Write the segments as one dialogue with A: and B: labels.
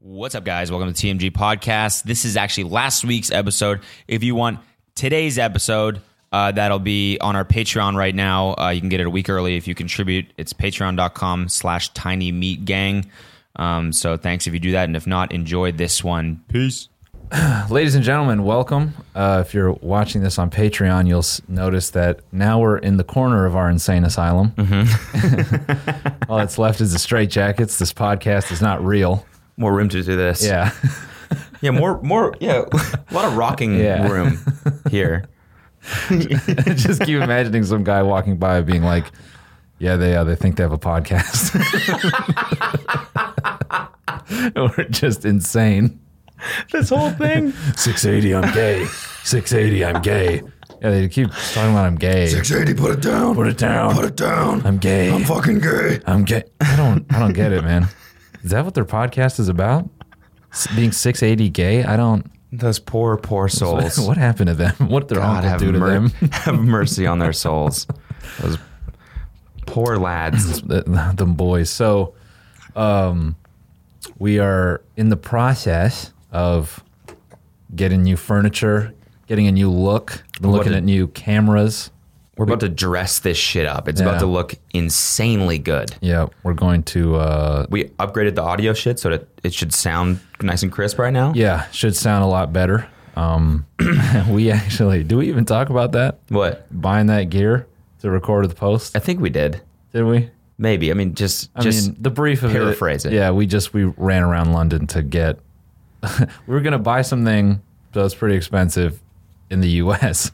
A: What's up, guys? Welcome to TMG Podcast. This is actually last week's episode. If you want today's episode, uh, that'll be on our Patreon right now. Uh, you can get it a week early if you contribute. It's patreon.com slash tiny meat gang. Um, so thanks if you do that. And if not, enjoy this one. Peace.
B: Ladies and gentlemen, welcome. Uh, if you're watching this on Patreon, you'll s- notice that now we're in the corner of our insane asylum. All that's left is the straitjackets. This podcast is not real.
A: More room to do this.
B: Yeah.
A: Yeah, more, more, yeah, a lot of rocking
B: Yeah.
A: room here.
B: Just keep imagining some guy walking by being like, yeah, they uh, they think they have a podcast. we're just insane.
A: This whole thing.
B: 680, I'm gay. 680, I'm gay. Yeah, they keep talking about I'm gay.
C: 680, put it down.
B: Put it down.
C: Put it down.
B: I'm gay.
C: I'm fucking gay.
B: I'm get. I don't. I don't get it, man. Is that what their podcast is about? S- Being 680 gay? I don't.
A: Those poor, poor souls.
B: What happened to them? What did their
A: God,
B: uncle
A: have,
B: do to
A: mer-
B: them?
A: have mercy on their souls. Those poor lads.
B: The, them boys. So, um, we are in the process of getting new furniture, getting a new look, looking
A: did-
B: at new cameras.
A: We're about to dress this shit up. It's about
B: Yeah.
A: to look insanely good.
B: Yeah, we're going to. Uh,
A: We upgraded the audio shit so that it should sound nice and crisp right now.
B: yeah, should sound a lot better. Um, we actually. Do we even talk about that?
A: What?
B: Buying that gear to record the post.
A: I think we did.
B: Did we?
A: Maybe. I mean, just
B: I
A: just
B: mean, the brief of
A: paraphrase it.
B: Yeah, we just we ran around London to get. we were gonna buy something that was pretty expensive in the U.S.,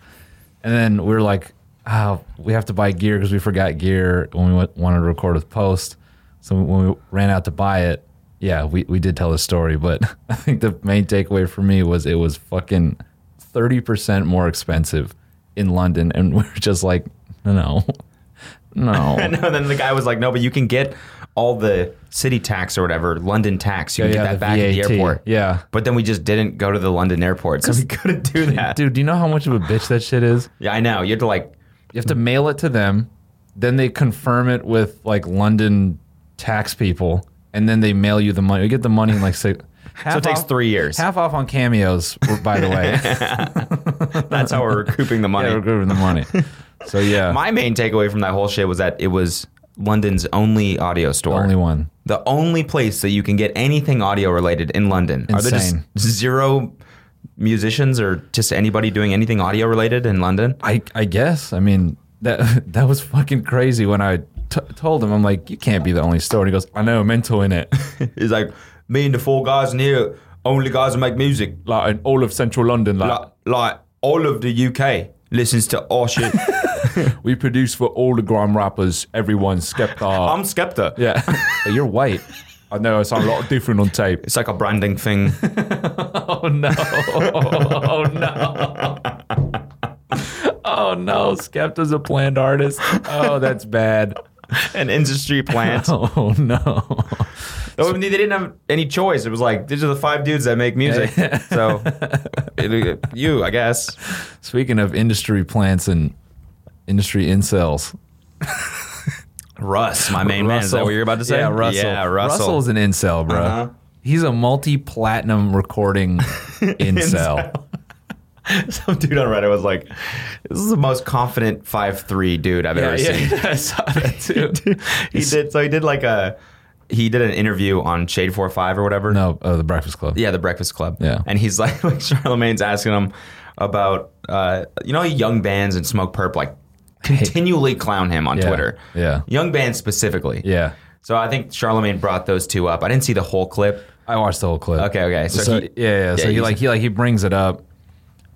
B: and then we were like, "Oh, we have to buy gear because we forgot gear when we went, wanted to record with Post." So when we ran out to buy it, yeah, we we did tell the story, but I think the main takeaway for me was it was fucking thirty percent more expensive in London, and we were just like, "No, no."
A: and then the guy was like, "No, but you can get all the city tax or whatever, London tax. You can
B: Yeah,
A: get
B: yeah,
A: that
B: the
A: back at
B: VAT.
A: the airport."
B: Yeah.
A: But then we just didn't go to the London airport, so we couldn't do that.
B: Dude, do you know how much of a bitch that shit is?
A: Yeah, I know. You had to like
B: You have to
A: Mm-hmm.
B: mail it to them, then they confirm it with like London tax people, and then they mail you the money. You get the money in like six.
A: so it takes three years.
B: Half off on cameos, by the way.
A: That's how we're recouping the money.
B: yeah, we're giving the money. So yeah,
A: My main takeaway from that whole shit was that it was London's only audio store.
B: only one.
A: The only place that you can get anything audio related in London. Are there just
B: Insane.
A: zero musicians or just anybody doing anything audio related in London?
B: I I guess. I mean that that was fucking crazy when I t- told him. I'm like, you can't be the only store. And he goes, I know, mental in it.
A: It's like me and the four guys in here, only guys who make music.
B: Like in all of central London, like
A: Like, like all of the UK listens to our shit.
B: we produce for all the grime rappers. Everyone, Skepta.
A: I'm Skepta.
B: Yeah. but you're white. I know I sound a lot different on tape.
A: It's like a branding thing.
B: Oh no. Oh no. Oh no. Skepta's a planned artist. Oh, that's bad.
A: An industry plant.
B: Oh no.
A: Oh, they didn't have any choice. It was like these are the five dudes that make music. so it- you, I guess.
B: Speaking of industry plants and industry incels.
A: Russ, my main man. Is that
B: Russell-
A: what you're about to say?
B: Yeah, Russell.
A: Yeah, Russell.
B: Russell's an incel, bro.
A: Uh-huh.
B: He's a multi-platinum recording incel.
A: Some dude on Reddit was like, "This is the most confident five three dude I've ever seen."
B: I saw that too.
A: He did so. He did like a he did an interview on Shade Four Five or whatever.
B: no, uh, the Breakfast Club.
A: Yeah, the Breakfast Club.
B: Yeah.
A: And he's like, like Charlemagne's asking him about, uh, you know, young bands and Smoke Perp like continually clown him on
B: Yeah,
A: Twitter.
B: yeah.
A: Young bands specifically.
B: Yeah.
A: So I think Charlemagne brought those two up. I didn't see the whole clip.
B: I watched the whole clip.
A: Okay, okay. So,
B: So,
A: he,
B: yeah, yeah. So he
A: he's-
B: like he like he brings it up,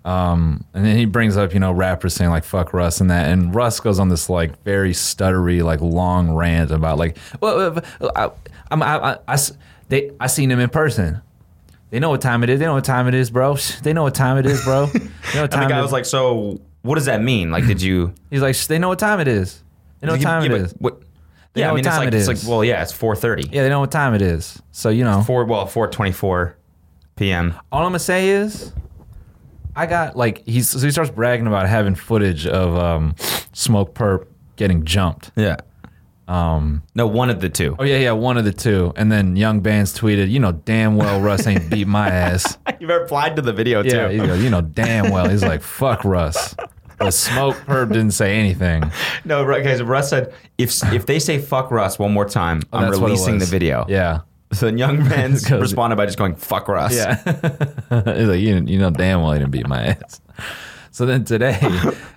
B: um, and then he brings up you know rappers saying like fuck Russ and that, and Russ goes on this like very stuttery like long rant about like well uh, I, I'm I, I- I s- they I seen him in person. They know what time it is. They know what time it is, bro. Shh, They know what time it is, bro. They know what
A: the
B: time it
A: guy
B: is.
A: was like, so what does that mean? Like, did you?
B: He's like, "Shh, they know what time it is. They know what time
A: yeah,
B: it
A: but
B: is.
A: What,
B: They
A: yeah,
B: know
A: I
B: what
A: mean, it's
B: time
A: like
B: it
A: it's like
B: is.
A: well, yeah, it's four thirty.
B: Yeah, they know what time it is. So you know,
A: Four well, four twenty four p.m.
B: All I'm gonna say is, I got like he's so he starts bragging about having footage of um, Smoke Perp getting jumped.
A: Yeah. No, one of the two.
B: Oh yeah, yeah, one of the two. And then Young Bands tweeted, you know damn well Russ ain't beat my ass.
A: You've replied to the video
B: Oh, Yeah, he
A: too.
B: goes, you know damn well. He's like, fuck Russ. But Smoke Perp didn't say anything.
A: No, right, guys. Russ said if if they say fuck Russ one more time, I'm
B: Oh, That's what it
A: releasing the
B: was.
A: video.
B: Yeah.
A: So then Young Man's
B: Goes-
A: responded by just going fuck Russ.
B: Yeah. He's like, you, you know damn well he didn't beat my ass. So then today,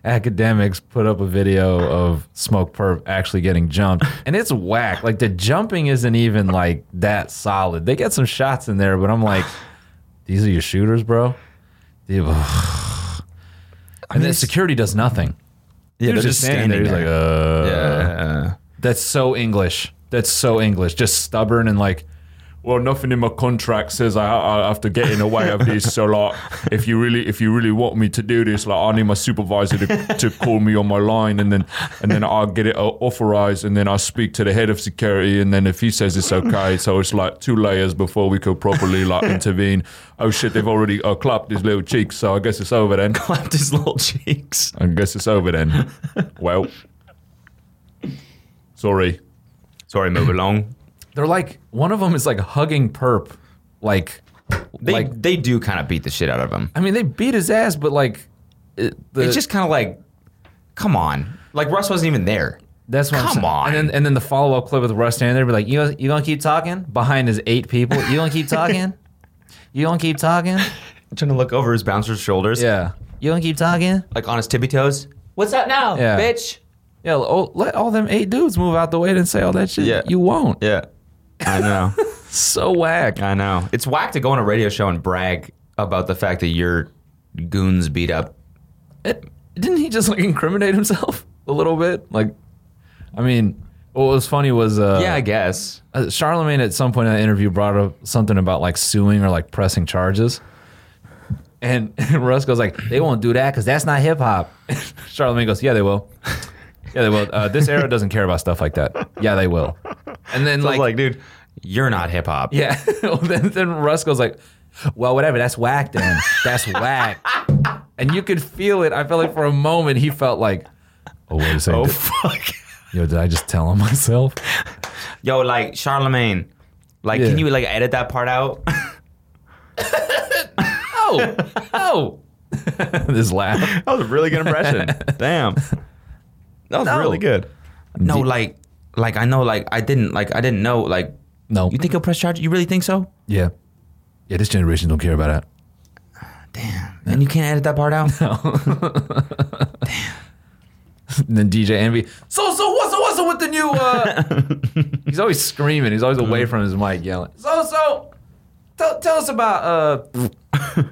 B: academics put up a video of Smoke Perp actually getting jumped. And it's whack. Like the jumping isn't even like that solid. They get some shots in there, but I'm like, these are your shooters, bro? Dude, and then
A: it's-
B: security does nothing.
A: yeah
B: He was
A: they're just standing,
B: He's
A: there.
B: like, uh.
A: yeah.
B: That's so English. That's so English. Just stubborn and like,
C: well, nothing in my contract says I, I have to get in the way of this. So, like, if you really, if you really want me to do this, like, I need my supervisor to, to call me on my line, and then, and then I'll get it au- authorized, and then I speak to the head of security, and then if he says it's okay, so it's like two layers before we could properly like intervene. Oh shit, they've already uh, clapped his little cheeks, so I guess it's over then.
A: Clapped his little cheeks.
C: I guess it's over then. Well, sorry.
A: Sorry, move along.
B: they're like, one of them is like hugging Perp. Like,
A: They
B: like
A: they do kind of beat the shit out of him.
B: I mean, they beat his ass, but like, it, the,
A: it's just kind of like, come on. Like Russ wasn't even there.
B: that's what I'm
A: come
B: saying.
A: on.
B: And then, and then the follow up clip with Russ standing there, be like, you you gonna keep talking behind his eight people? You gonna keep talking? you gonna keep talking?
A: trying to look over his bouncer's shoulders,
B: Yeah, you gonna keep talking?
A: like on his tippy toes. What's up now,
B: Yeah.
A: bitch?
B: Yeah, oh, let all them eight dudes move out the way and say all that shit.
A: Yeah.
B: you won't.
A: Yeah, I know,
B: So whack.
A: I know. It's whack to go on a radio show and brag about the fact that your goons beat up.
B: it, didn't he just like incriminate himself a little bit? Like, I mean, what was funny was uh,
A: yeah, I guess.
B: uh, Charlemagne at some point in that interview brought up something about like suing or like pressing charges. And, and Russ goes like, they won't do that because that's not hip hop. Charlemagne goes, yeah, they will. Yeah, they will. Uh, this era doesn't care about stuff like that. Yeah, they will. And then
A: Like,
B: like,
A: like, dude, you're not hip hop.
B: yeah. then, then Russ goes like, well, whatever. That's whack then. That's whack. And you could feel it. I felt like for a moment he felt like, oh, wait a second.
A: Oh
B: Did-
A: fuck.
B: Yo, did I just tell on myself?
A: Yo, like Charlemagne. Like,
B: Yeah.
A: can you like edit that part out?
B: Oh, oh. this laugh.
A: That was a really good impression. Damn. That was
B: No.
A: really good. No, like like I know like I didn't like I didn't know like
B: No.
A: you think he'll press charge? You really think so?
B: Yeah. Yeah, this generation don't care about
A: And you can't edit that part out?
B: that. And then DJ Envy. So so what's what's with the new uh He's always screaming. He's always away from
A: Uh-huh.
B: his mic yelling. So so tell, tell us about uh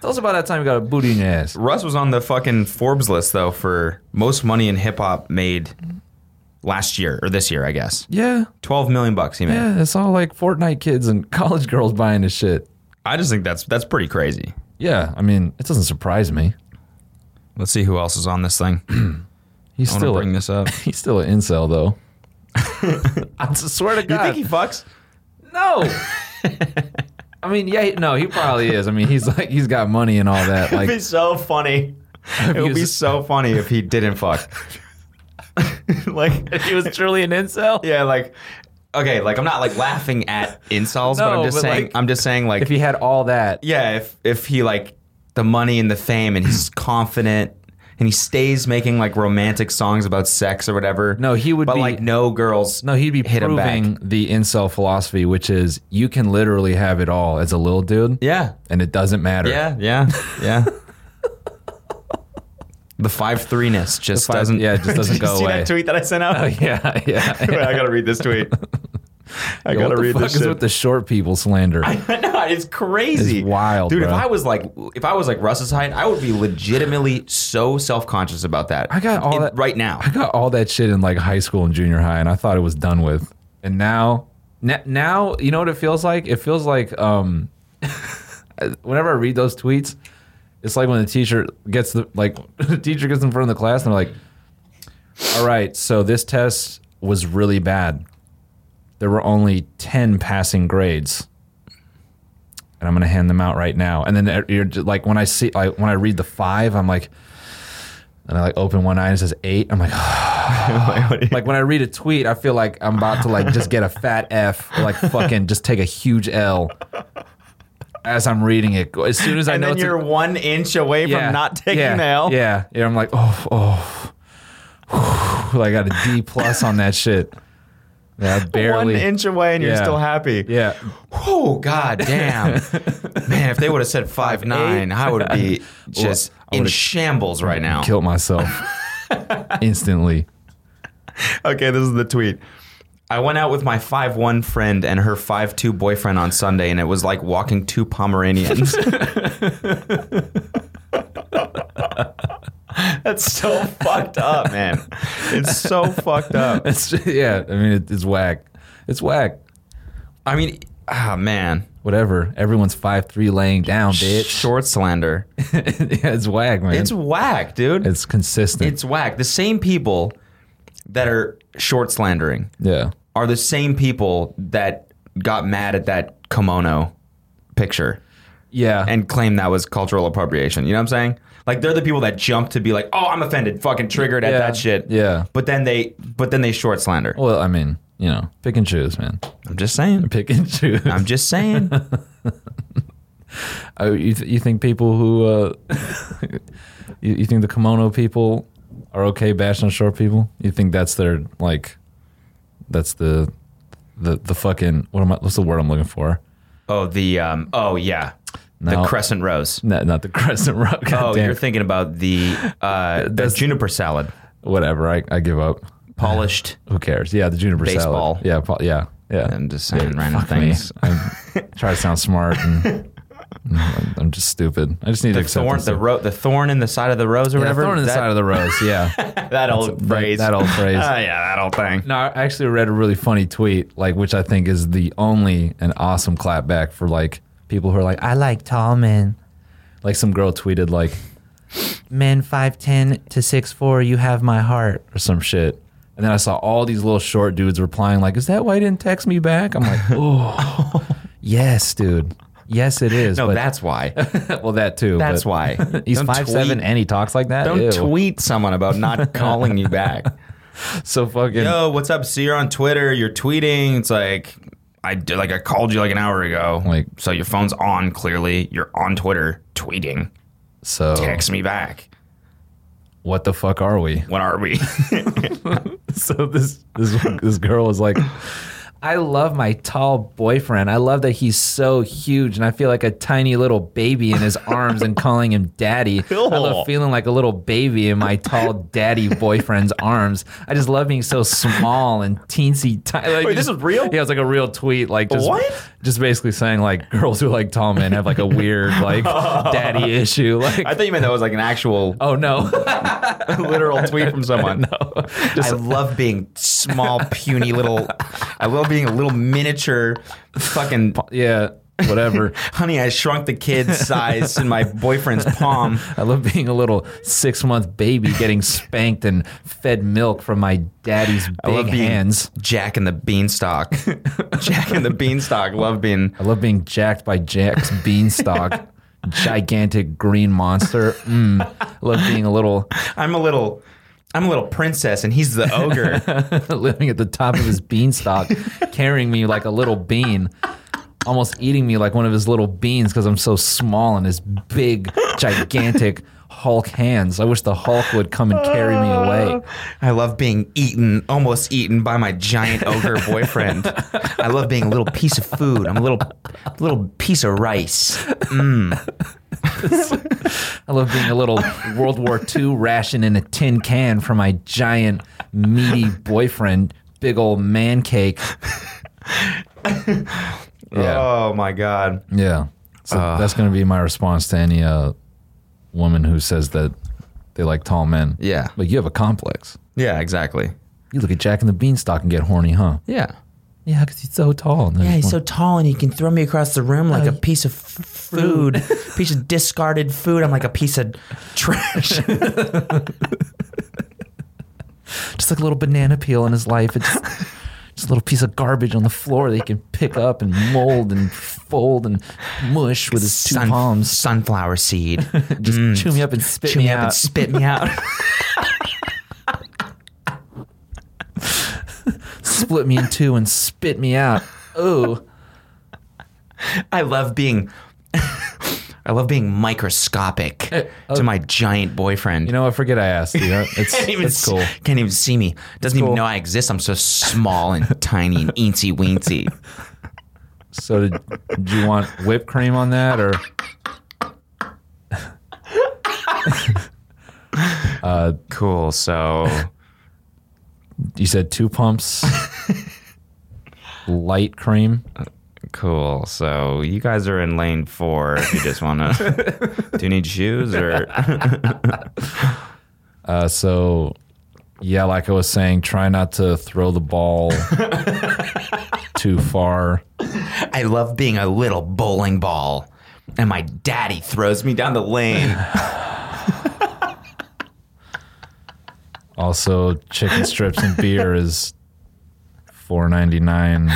B: tell us about that time you got a booty in your ass.
A: Russ was on the fucking Forbes list though for most money in hip hop made last year or this year, I guess.
B: Yeah.
A: 12 million bucks he made.
B: Yeah, it's all like Fortnite kids and college girls buying his shit.
A: I just think that's that's pretty crazy.
B: Yeah, I mean, it doesn't surprise me.
A: Let's see who else is on this thing. I
B: He's
A: want to
B: still
A: bring
B: a,
A: this up.
B: he's still an incel though. I swear to God.
A: fucks?
B: No. I mean, yeah, no, he probably is. I mean, he's like he's got money and all that. Like,
A: so funny. It would be
B: used-
A: so funny if he didn't fuck. like
B: he was truly an incel.
A: yeah, like okay, like I'm not like laughing at insults, but
B: No,
A: I'm just
B: but,
A: saying
B: like,
A: I'm just saying like
B: If he had all that,
A: yeah, if if he like the money and the fame and he's confident and he stays making like romantic songs about sex or whatever.
B: No, he would
A: But
B: be-
A: like no girls.
B: no, he'd be
A: hit him back.
B: proving the incel philosophy, which is you can literally have it all as a little dude,
A: Yeah.
B: and it doesn't matter.
A: Yeah. Yeah. Yeah. the five three ness just
B: five-
A: doesn't.
B: yeah, it just doesn't
A: Did you
B: go
A: see
B: away.
A: That tweet that I sent out.
B: Oh, yeah, yeah.
A: Wait, I gotta read this tweet. I
B: Yo,
A: gotta
B: what the
A: read
B: fuck
A: this
B: is
A: shit.
B: with the short people slander?
A: no, it's crazy.
B: It's wild,
A: dude.
B: bro.
A: If I was like, if I was like Russ's height, I would be legitimately so self conscious about that.
B: I got all
A: In-
B: that-
A: right now.
B: I got all that shit in like high school and junior high, and I thought it was done with. And now, n- now you know what it feels like. It feels like um, whenever I read those tweets, it's like when the teacher gets the like the teacher gets in front of the class and they're like, "All right, so this test was really bad. There were only ten passing grades." And I'm gonna hand them out right now. And then uh, you're just, like, when I see, like, when I read the five, I'm like, and I like open one eye and it says eight. I'm like, like when I read a tweet, I feel like I'm about to like just get a fat F, or like fucking just take a huge L as I'm reading it. As soon as I
A: and
B: know
A: then
B: it's a-
A: you're one inch away from not taking
B: yeah,
A: the L.
B: Yeah, yeah. I'm like, oh, oh, whew, I got a D plus on that shit. Yeah, I barely.
A: One inch away, and you're
B: Yeah.
A: still happy.
B: yeah,
A: Oh god damn, man! If they would have said five nine, I would be just in shambles right now.
B: killed myself instantly.
A: Okay, this is the tweet. I went out with my five one friend and her five two boyfriend on Sunday, and it was like walking two Pomeranians. That's so fucked up, man. It's so fucked up.
B: It's yeah. I mean, it, it's whack. It's whack.
A: I mean, ah, man,
B: Whatever. Everyone's five three laying down, bitch.
A: short slander.
B: yeah, it's whack, man.
A: It's
B: It's,
A: whack, dude.
B: consistent.
A: It's whack. The same people that are short slandering
B: yeah.
A: are the same people that got mad at that kimono picture
B: Yeah.
A: and claimed that was cultural appropriation. You know what I'm saying? Like they're the people that jump to be like, "Oh, I'm offended, fucking triggered at
B: Yeah.
A: that shit."
B: Yeah.
A: But then they, but then they short slander.
B: well, I mean, you know, pick and choose, man.
A: I'm just saying.
B: Pick and choose.
A: I'm just saying.
B: Oh, you, th- you think people who, uh, you, you think the kimono people are okay bashing short people? You think that's their like, that's the, the the fucking what am I? What's the word I'm looking for?
A: Oh, the um. Oh yeah,
B: No.
A: the crescent rose.
B: No, not the crescent rock.
A: Oh,
B: goddamn.
A: you're thinking about the uh, the
B: That's-
A: juniper salad,
B: whatever. I, I give up.
A: polished.
B: Who cares? Yeah, the juniper
A: Baseball.
B: salad. Yeah, pa- yeah, yeah.
A: I'm just saying random
B: Fuck me.
A: things.
B: I'm- try to sound smart. And, I'm- I'm just stupid. I just need
A: The
B: to accept
A: thorn,
B: this.
A: the ro- the thorn in the side of the rose, or
B: Yeah,
A: whatever.
B: thorn in the
A: that,
B: side of the rose. Yeah.
A: that old phrase.
B: That old phrase.
A: Oh yeah, that old thing.
B: No, I actually read a really funny tweet, like which I think is the only and awesome clapback for like people who are like, I like tall men. Like some girl tweeted like, "Men five ten to six four, you have my heart" or some shit. And then I saw all these little short dudes replying like, "Is that why you didn't text me back?" I'm like, "Oh, yes, dude, yes, it is."
A: No,
B: but,
A: that's why.
B: well, that too.
A: That's
B: but-
A: why.
B: He's
A: Don't
B: five seven
A: tweet-
B: and he talks like that.
A: Don't
B: Ew.
A: tweet someone about not calling you back.
B: So fucking.
A: Yo, what's up? See, you're on Twitter. You're tweeting. It's like I did, like I called you like an hour ago.
B: Like-
A: so, your phone's on. Clearly, you're on Twitter tweeting.
B: So
A: Text me back.
B: what the fuck are we?
A: What are we?
B: so this this this girl was like I love my tall boyfriend. I love that he's so huge and I feel like a tiny little baby in his arms and calling him daddy. I love feeling like a little baby in my tall daddy boyfriend's arms. I just love being so small and teensy tiny. Like,
A: Wait, this
B: just-
A: is real?
B: Yeah, it's like a real tweet like just
A: What?
B: just basically saying like girls who like tall men have like a weird like daddy issue like
A: I thought you meant that was like an actual
B: oh no.
A: literal tweet from someone. I love being small, puny little. I love being a little miniature, fucking.
B: yeah, whatever.
A: Honey, I shrunk the kid's size in my boyfriend's palm.
B: I love being a little six month baby getting spanked and fed milk from my daddy's big
A: love being-
B: hands.
A: Jack and the Beanstalk. Jack and the Beanstalk. Love being.
B: I love being jacked by Jack's beanstalk, gigantic green monster. Mm. I love being a little
A: I'm a little. I'm a little princess, and he's the ogre.
B: living at the top of his beanstalk, carrying me like a little bean, almost eating me like one of his little beans because I'm so small and his big, gigantic Hulk hands. I wish the Hulk would come and carry me away.
A: I love being eaten, almost eaten by my giant ogre boyfriend. I love being a little piece of food. I'm a little, little piece of rice.
B: I love being a little World War II ration in a tin can for my giant, meaty boyfriend, big old man cake.
D: Uh,
B: yeah,
A: Oh my god.
B: yeah. So that's gonna be my response to any uh, woman who says that they like tall men.
A: Yeah.
B: like you have a complex.
A: Yeah. Exactly.
B: You look at Jack and the Beanstalk and get horny, huh?
A: Yeah.
B: Yeah, because he's so tall. And
D: Yeah, he's so tall and he can throw me across the room
B: Oh,
D: like a piece of f- food, piece of discarded food. I'm like a piece of trash.
B: just like a little banana peel in his life. It's just a little piece of garbage on the floor that he can pick up and mold and fold and mush with his two
D: Sun-
B: palms.
D: Sunflower seed.
B: Just Mm. chew me up and spit
D: Chew
B: me
D: me up
B: out.
D: and spit me out.
B: split me in two and spit me out. Oh,
D: I love being I love being microscopic
A: Eh, oh.
D: to my giant boyfriend.
B: you know, I forget I asked you. It's,
D: can't even,
B: it's cool.
D: s- can't even see me. Doesn't even
B: cool.
D: know I exist. I'm so small and tiny and eensy weensy.
B: So, did, do you want whipped cream on that or?
A: Cool. So
B: You said two pumps, light cream.
A: cool. So you guys are in lane four. If you just want to, do you need shoes or?
B: Uh, so, yeah, like I was saying, try not to throw the ball too far.
D: I love being a little bowling ball. And my daddy throws me down the lane.
B: Also, chicken strips and beer is four ninety nine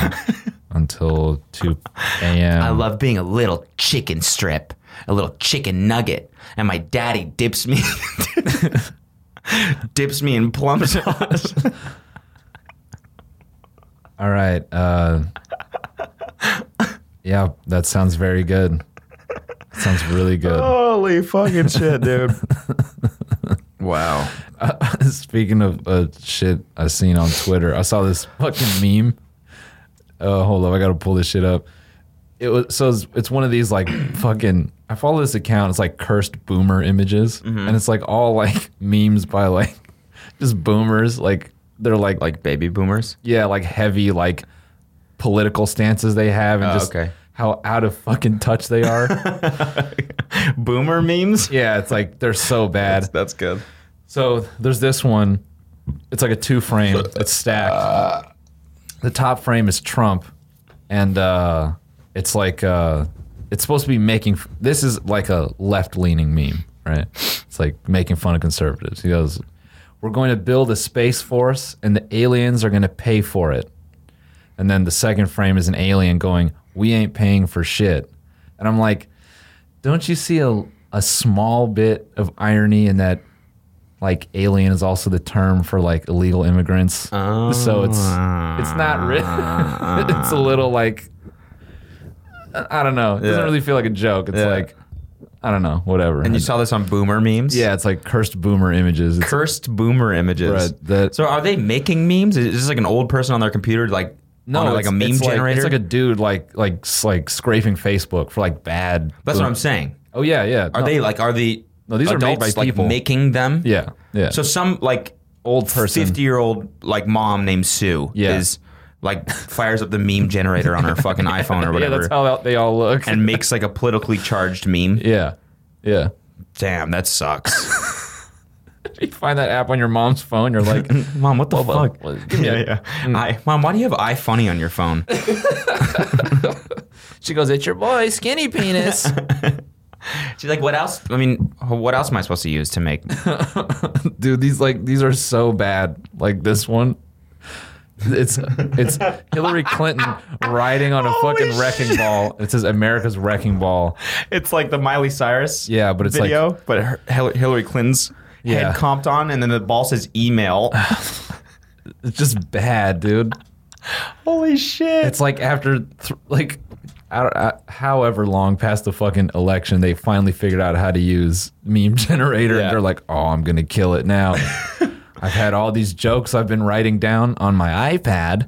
B: until two a.m.
D: I love being a little chicken strip, a little chicken nugget. And my daddy dips me dips me in plum sauce.
B: All right. Uh, yeah, that sounds very good. Sounds really good.
A: Holy fucking shit, dude! wow.
B: Speaking of uh, shit I seen on Twitter, I saw this fucking meme. Uh, hold up, I gotta pull this shit up. It was so it's, it's one of these like fucking. I follow this account. It's like cursed boomer images,
A: Mm-hmm.
B: and it's like all like memes by like just boomers. Like they're like
A: Like baby boomers.
B: yeah, like heavy like political stances they have, and
A: Oh,
B: just
A: okay.
B: how out of fucking touch they are.
A: Boomer memes.
B: yeah, it's like they're so bad.
A: That's good.
B: So there's this one. It's like a two frame. It's stacked. the top frame is Trump, and uh, it's like uh, it's supposed to be making. f- This is like a left leaning meme, right? It's like making fun of conservatives. He goes, "We're going to build a space force, and the aliens are going to pay for it." And then the second frame is an alien going, "We ain't paying for shit," and I'm like, "Don't you see a a small bit of irony in that?" like alien is also the term for like illegal immigrants. so
A: Mm.
B: it's it's not really it's a little like I I don't know. It doesn't
A: Yeah.
B: really feel like a joke. It's
A: Yeah.
B: like I don't know, whatever.
A: And you saw this on boomer memes.
B: yeah, it's like cursed boomer images. It's
A: Cursed boomer images.
B: Right, that-
A: so are they making memes? Is this like an old person on their computer, like on a- like
B: it's-
A: a meme
B: it's Like,
A: generator?
B: it's like a dude like like s- like scraping Facebook for like bad.
A: That's what I'm saying.
B: Oh yeah, yeah.
A: Are they like are the
B: No, these are made
A: adults
B: by
A: like
B: people.
A: making them?
B: Yeah, yeah.
A: So some like
B: old person.
A: fifty year old like mom named Sue
B: Yeah.
A: is like fires up the meme generator on her fucking iPhone or
B: yeah,
A: whatever
B: that's how they all look.
A: and makes like a politically charged meme.
B: yeah, yeah.
A: Damn, that sucks.
B: You find that app on your mom's phone, you're like,
A: mom, what the
B: well,
A: fuck?
B: well,
A: Yeah, yeah. Mm. I, mom, why do you have iFunny on your phone?
B: She goes, "It's your boy, skinny penis."
A: She's like, what else? I mean, what else am I supposed to use to make?
B: dude these like these are so bad like this one it's it's hillary clinton riding on a fucking wrecking ball it says america's wrecking ball
A: It's like the Miley Cyrus
B: yeah but it's
A: video,
B: like
A: but her, Hil- Hillary Clinton's
B: Yeah.
A: head comped on, and then the ball says email.
B: it's just bad dude
A: Holy shit!
B: it's like after th- like I don't, I, however long past the fucking election they finally figured out how to use meme generator
A: Yeah.
B: and they're like oh i'm gonna kill it now i've had all these jokes i've been writing down on my ipad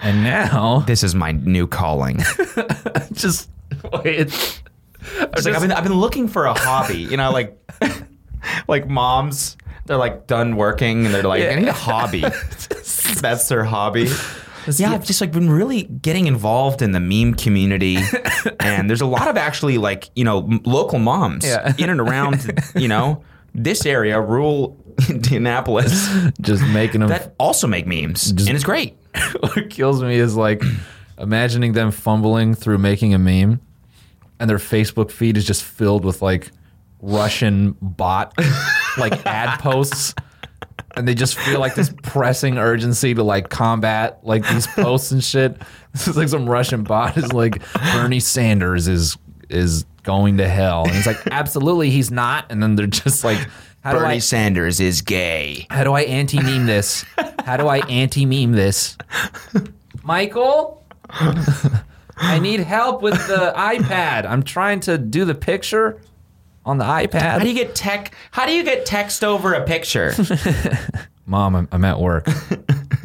B: and now
A: this is my new calling.
B: just wait.
A: It's like I've been, I've been looking for a hobby, you know, like like moms. They're like done working, and they're like, I need a hobby. That's their hobby. Yeah, I've just like been really getting involved in the meme community, and there's a lot of actually like you know m- local moms
B: Yeah.
A: in and around you know this area, rural Indianapolis,
B: Just making them.
A: that also make memes, and it's great.
B: what kills me is like imagining them fumbling through making a meme, and their Facebook feed is just filled with like Russian bot like ad posts. And they just feel like this pressing urgency to like combat like these posts and shit. This is like some Russian bot is like Bernie Sanders is is going to hell, and it's like absolutely he's not. And then they're just like How do I-
A: Sanders is gay.
B: How do I anti meme this? How do I anti meme this? Michael? I need help with the iPad. I'm trying to do the picture on the
D: How do you
B: iPad.
D: get tech? How do you get text over a picture?
B: Mom, I'm, I'm at work.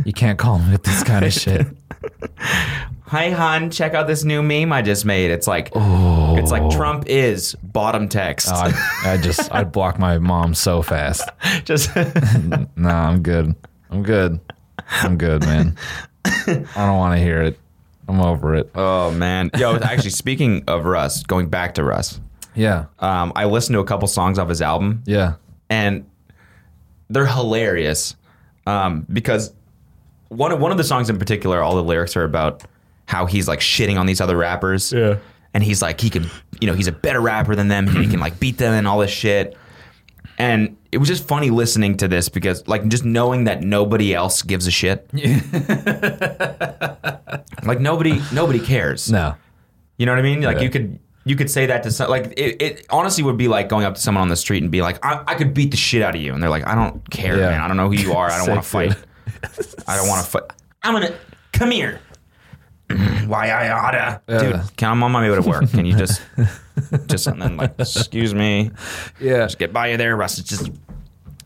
B: You can't call me with this kind of shit.
D: Hi, hon. Check out this new meme I just made. It's like, it's like Trump is bottom text.
B: I, I just, I'd block my mom so fast.
D: just
B: Nah, I'm good. I'm good. I'm good, man. I don't want to hear it. I'm over it.
D: oh man,
A: Yo, actually, speaking of Russ, going back to Russ,
B: Yeah.
A: um, I listened to a couple songs off his album,
B: Yeah.
A: and they're hilarious um, because one of, one of the songs in particular, all the lyrics are about how he's like shitting on these other rappers.
C: Yeah.
A: and he's like he can you know he's a better rapper than them he can like beat them and all this shit and it was just funny listening to this because like just knowing that nobody else gives a shit like nobody nobody cares
B: No.
A: you know what i mean like
B: Yeah.
A: you could you could say that to some like it, it honestly would be like going up to someone on the street and be like I, I could beat the shit out of you and they're like i don't care
B: Yeah.
A: man i don't know who you are i don't want to
B: Sick,
A: fight
B: dude.
A: i don't want to fight i'm gonna come here why i oughta
B: Yeah.
A: dude can i'm on my way to work can you just just and then like excuse me
B: Yeah.
A: just get by you there russ it's just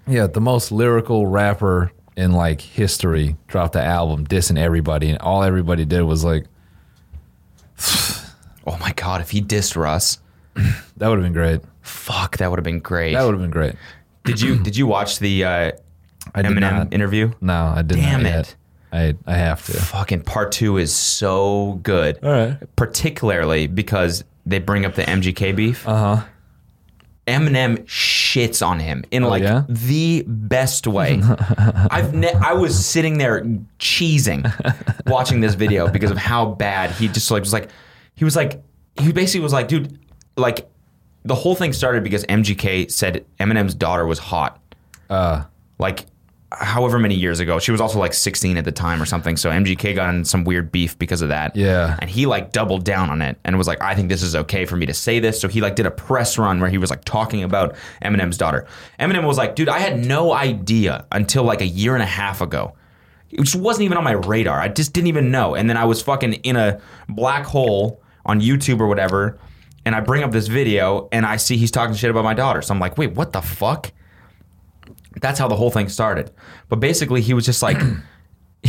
B: Yeah, the most lyrical rapper in like history dropped an album dissing everybody, and all everybody did was like,
A: oh my god if he dissed russ
B: "That would have been great.
A: fuck that would have been great
B: That would have been great."
A: did you did you watch the uh
B: I did
A: eminem
B: not.
A: interview
B: no, I did
A: Damn
B: not
A: it.
B: yet. I I have to.
A: fucking part two is so good. Particularly because they bring up the MGK beef. Uh huh. Eminem shits on him in like
B: yeah?
A: the best way. I've ne- I was sitting there cheesing watching this video because of how bad he just like was like he was like he basically was like dude like the whole thing started because MGK said Eminem's daughter was hot like however many years ago. She was also like 16 at the time or something. So MGK got in some weird beef because of that.
B: Yeah.
A: And he like doubled down on it and was like, I think this is okay for me to say this. So he like did a press run where he was like talking about Eminem's daughter. Eminem was like, dude, I had no idea until like a year and a half ago. It just wasn't even on my radar. I just didn't even know. And then I was fucking in a black hole on YouTube or whatever. And I bring up this video and I see he's talking shit about my daughter. So I'm like, wait, what the fuck? that's how the whole thing started. But basically, he was just like,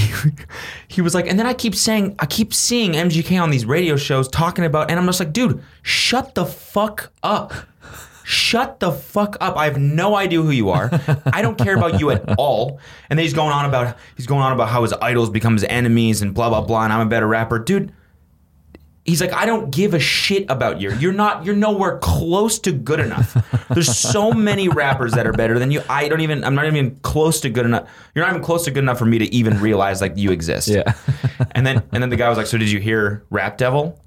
A: he was like, and then I keep saying, I keep seeing MGK on these radio shows talking about, and I'm just like, dude, shut the fuck up. Shut the fuck up. I have no idea who you are. I don't care about you at all. And then he's going on about he's going on about how his idols become his enemies and blah blah blah and I'm a better rapper. Dude, He's like, I don't give a shit about you. You're not. You're nowhere close to good enough. There's so many rappers that are better than you. I don't even. I'm not even close to good enough. You're not even close to good enough for me to even realize like you exist.
B: Yeah.
A: and then and then the guy was like, So did you hear Rap Devil?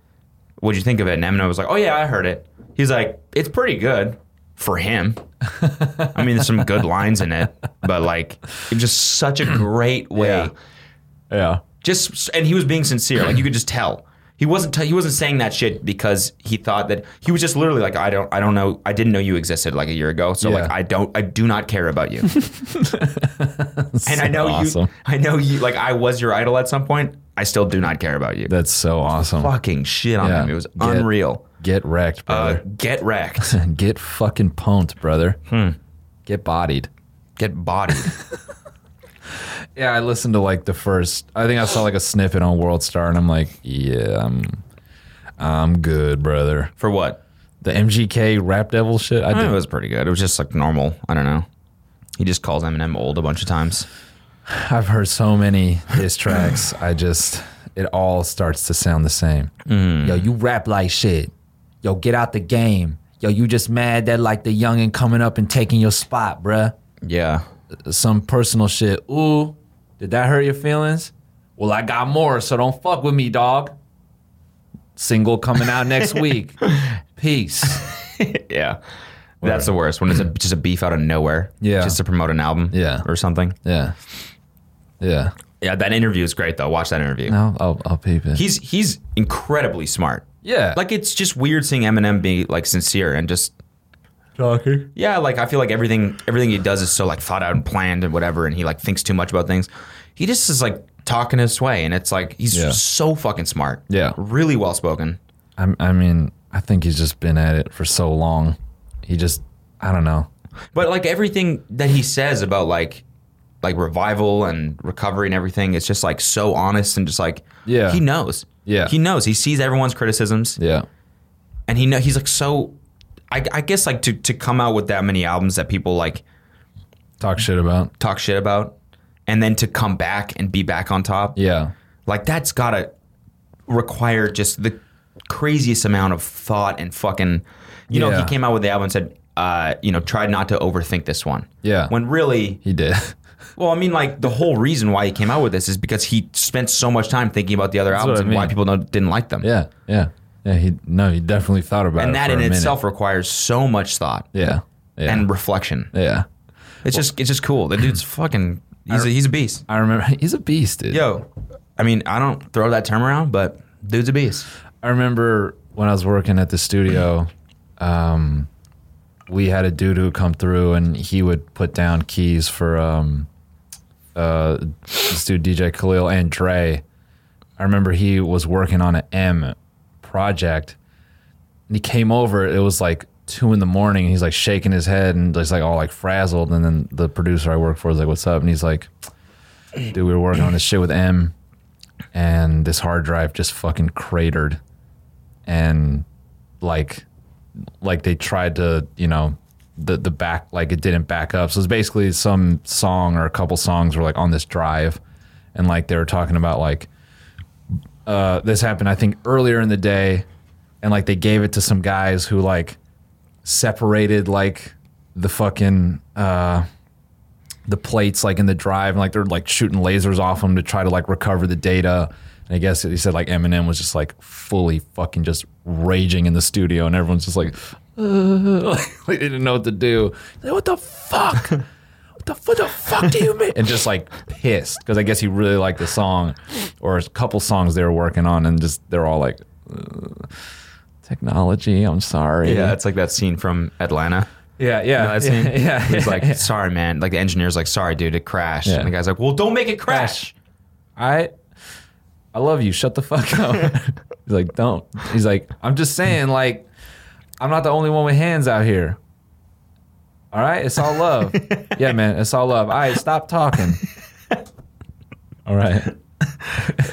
A: What'd you think of it? And Eminem was like, Oh yeah, I heard it. He's like, It's pretty good for him. I mean, there's some good lines in it, but like, it was just such a great way
B: Yeah. Yeah.
A: just and he was being sincere like you could just tell he wasn't t- he wasn't saying that shit because he thought that he was just literally like i don't i don't know i didn't know you existed like a year ago so
B: Yeah.
A: like i don't i do not care about you and i know
B: awesome.
A: you i know you like i was your idol at some point i still do not care about you
B: That's so awesome.
A: fucking shit on
B: Yeah.
A: him it was
B: Get-
A: unreal
B: Get wrecked,
A: uh,
B: brother.
A: get wrecked
B: get fucking punked, brother.
A: Hmm.
B: Get bodied.
A: get bodied
B: Yeah, I listened to like the first. I think I saw like a snippet on World Star, and I'm like, yeah, I'm, I'm good, brother.
A: for what
B: The MGK rap devil shit. I
A: I mean,
B: did.
A: it was pretty good it was just like normal i don't know he just calls Eminem old a bunch of times.
B: I've heard so many diss tracks. I just it all starts to sound the same. Yo, you rap like shit. Yo, get out the game. Yo, you just mad that like the youngin' coming up and taking your spot, bruh.
A: Yeah.
B: Some personal shit. Ooh, did that hurt your feelings? Well, I got more, so don't fuck with me, dog. Single coming out next week. Peace.
A: Yeah. That's the worst when it's a, just a beef out of nowhere.
B: Yeah.
A: Just to promote an album.
B: Yeah.
A: Or something.
B: Yeah. Yeah.
A: Yeah. That interview is great though. Watch that interview.
B: No, I'll, I'll peep it.
A: He's he's incredibly smart.
B: yeah.
A: Like it's just weird seeing Eminem be like sincere and just
B: talking.
A: Yeah, like I feel like everything everything he does is so like thought out and planned and whatever, and he like thinks too much about things. He just is like talking his way, and it's like he's
B: Yeah.
A: so fucking smart.
B: Yeah.
A: really well spoken.
B: I, I mean, I think he's just been at it for so long. He just, I don't know.
A: But like everything that he says about like like revival and recovery and everything, it's just like so honest and just like
B: Yeah.
A: he knows.
B: Yeah.
A: he knows. He sees everyone's criticisms,
B: Yeah.
A: and he know he's like so. I, I guess like to to come out with that many albums that people like
B: Talk shit about.
A: talk shit about, and then to come back and be back on top.
B: Yeah.
A: Like that's gotta require just the craziest amount of thought and fucking. You know,
B: Yeah.
A: he came out with the album and said, uh, you know, try not to overthink this one.
B: Yeah.
A: When really,
B: He did.
A: well, I mean, like the whole reason why he came out with this is because he spent so much time thinking about the other
B: what
A: albums
B: I
A: and why
B: mean.
A: people don't, didn't like them.
B: yeah. Yeah. Yeah. He, no, he definitely thought about it.
A: and that
B: for
A: in
B: a minute.
A: itself requires so much thought
B: Yeah. Yeah.
A: and reflection.
B: yeah.
A: It's just, it's just cool. The dude's fucking, he's a, he's a beast.
B: I remember he's a beast, dude.
A: Yo, I mean, I don't throw that term around, but dude's a beast.
B: I remember when I was working at the studio, um, we had a dude who would come through and he would put down keys for um, uh, this dude DJ Khalil and Dre. I remember he was working on an M project, and he came over. It was like two in the morning. And he's like shaking his head and just like all like frazzled. And then the producer I work for is like, "What's up?" And he's like, "Dude, we were working on this shit with M, and this hard drive just fucking cratered, and like, like they tried to, you know." The, the back like it didn't back up so it's basically some song or a couple songs were like on this drive and like they were talking about like uh, this happened I think earlier in the day, and like they gave it to some guys who like separated like the fucking uh, the plates like in the drive, and like they're like shooting lasers off them to try to like recover the data. And I guess he said like Eminem was just like fully fucking just raging in the studio, and everyone's just like, uh, they didn't know what to do. Like, what the fuck? What the, what the fuck do you mean? And just like pissed because I guess he really liked the song or a couple songs they were working on, and just they're all like, "Ugh, technology. I'm sorry.
A: Yeah, it's like that scene from Atlanta.
B: yeah, yeah,
A: That scene.
B: yeah, yeah.
A: He's like, sorry, man. Like the engineer's like, sorry, dude, it crashed.
B: Yeah.
A: And the guy's like, well, don't make it crash.
B: I I love you. Shut the fuck up. He's like, don't. He's like, I'm just saying, like, I'm not the only one with hands out here. All right, it's all love. yeah, man, it's all love. All right, stop talking. All right.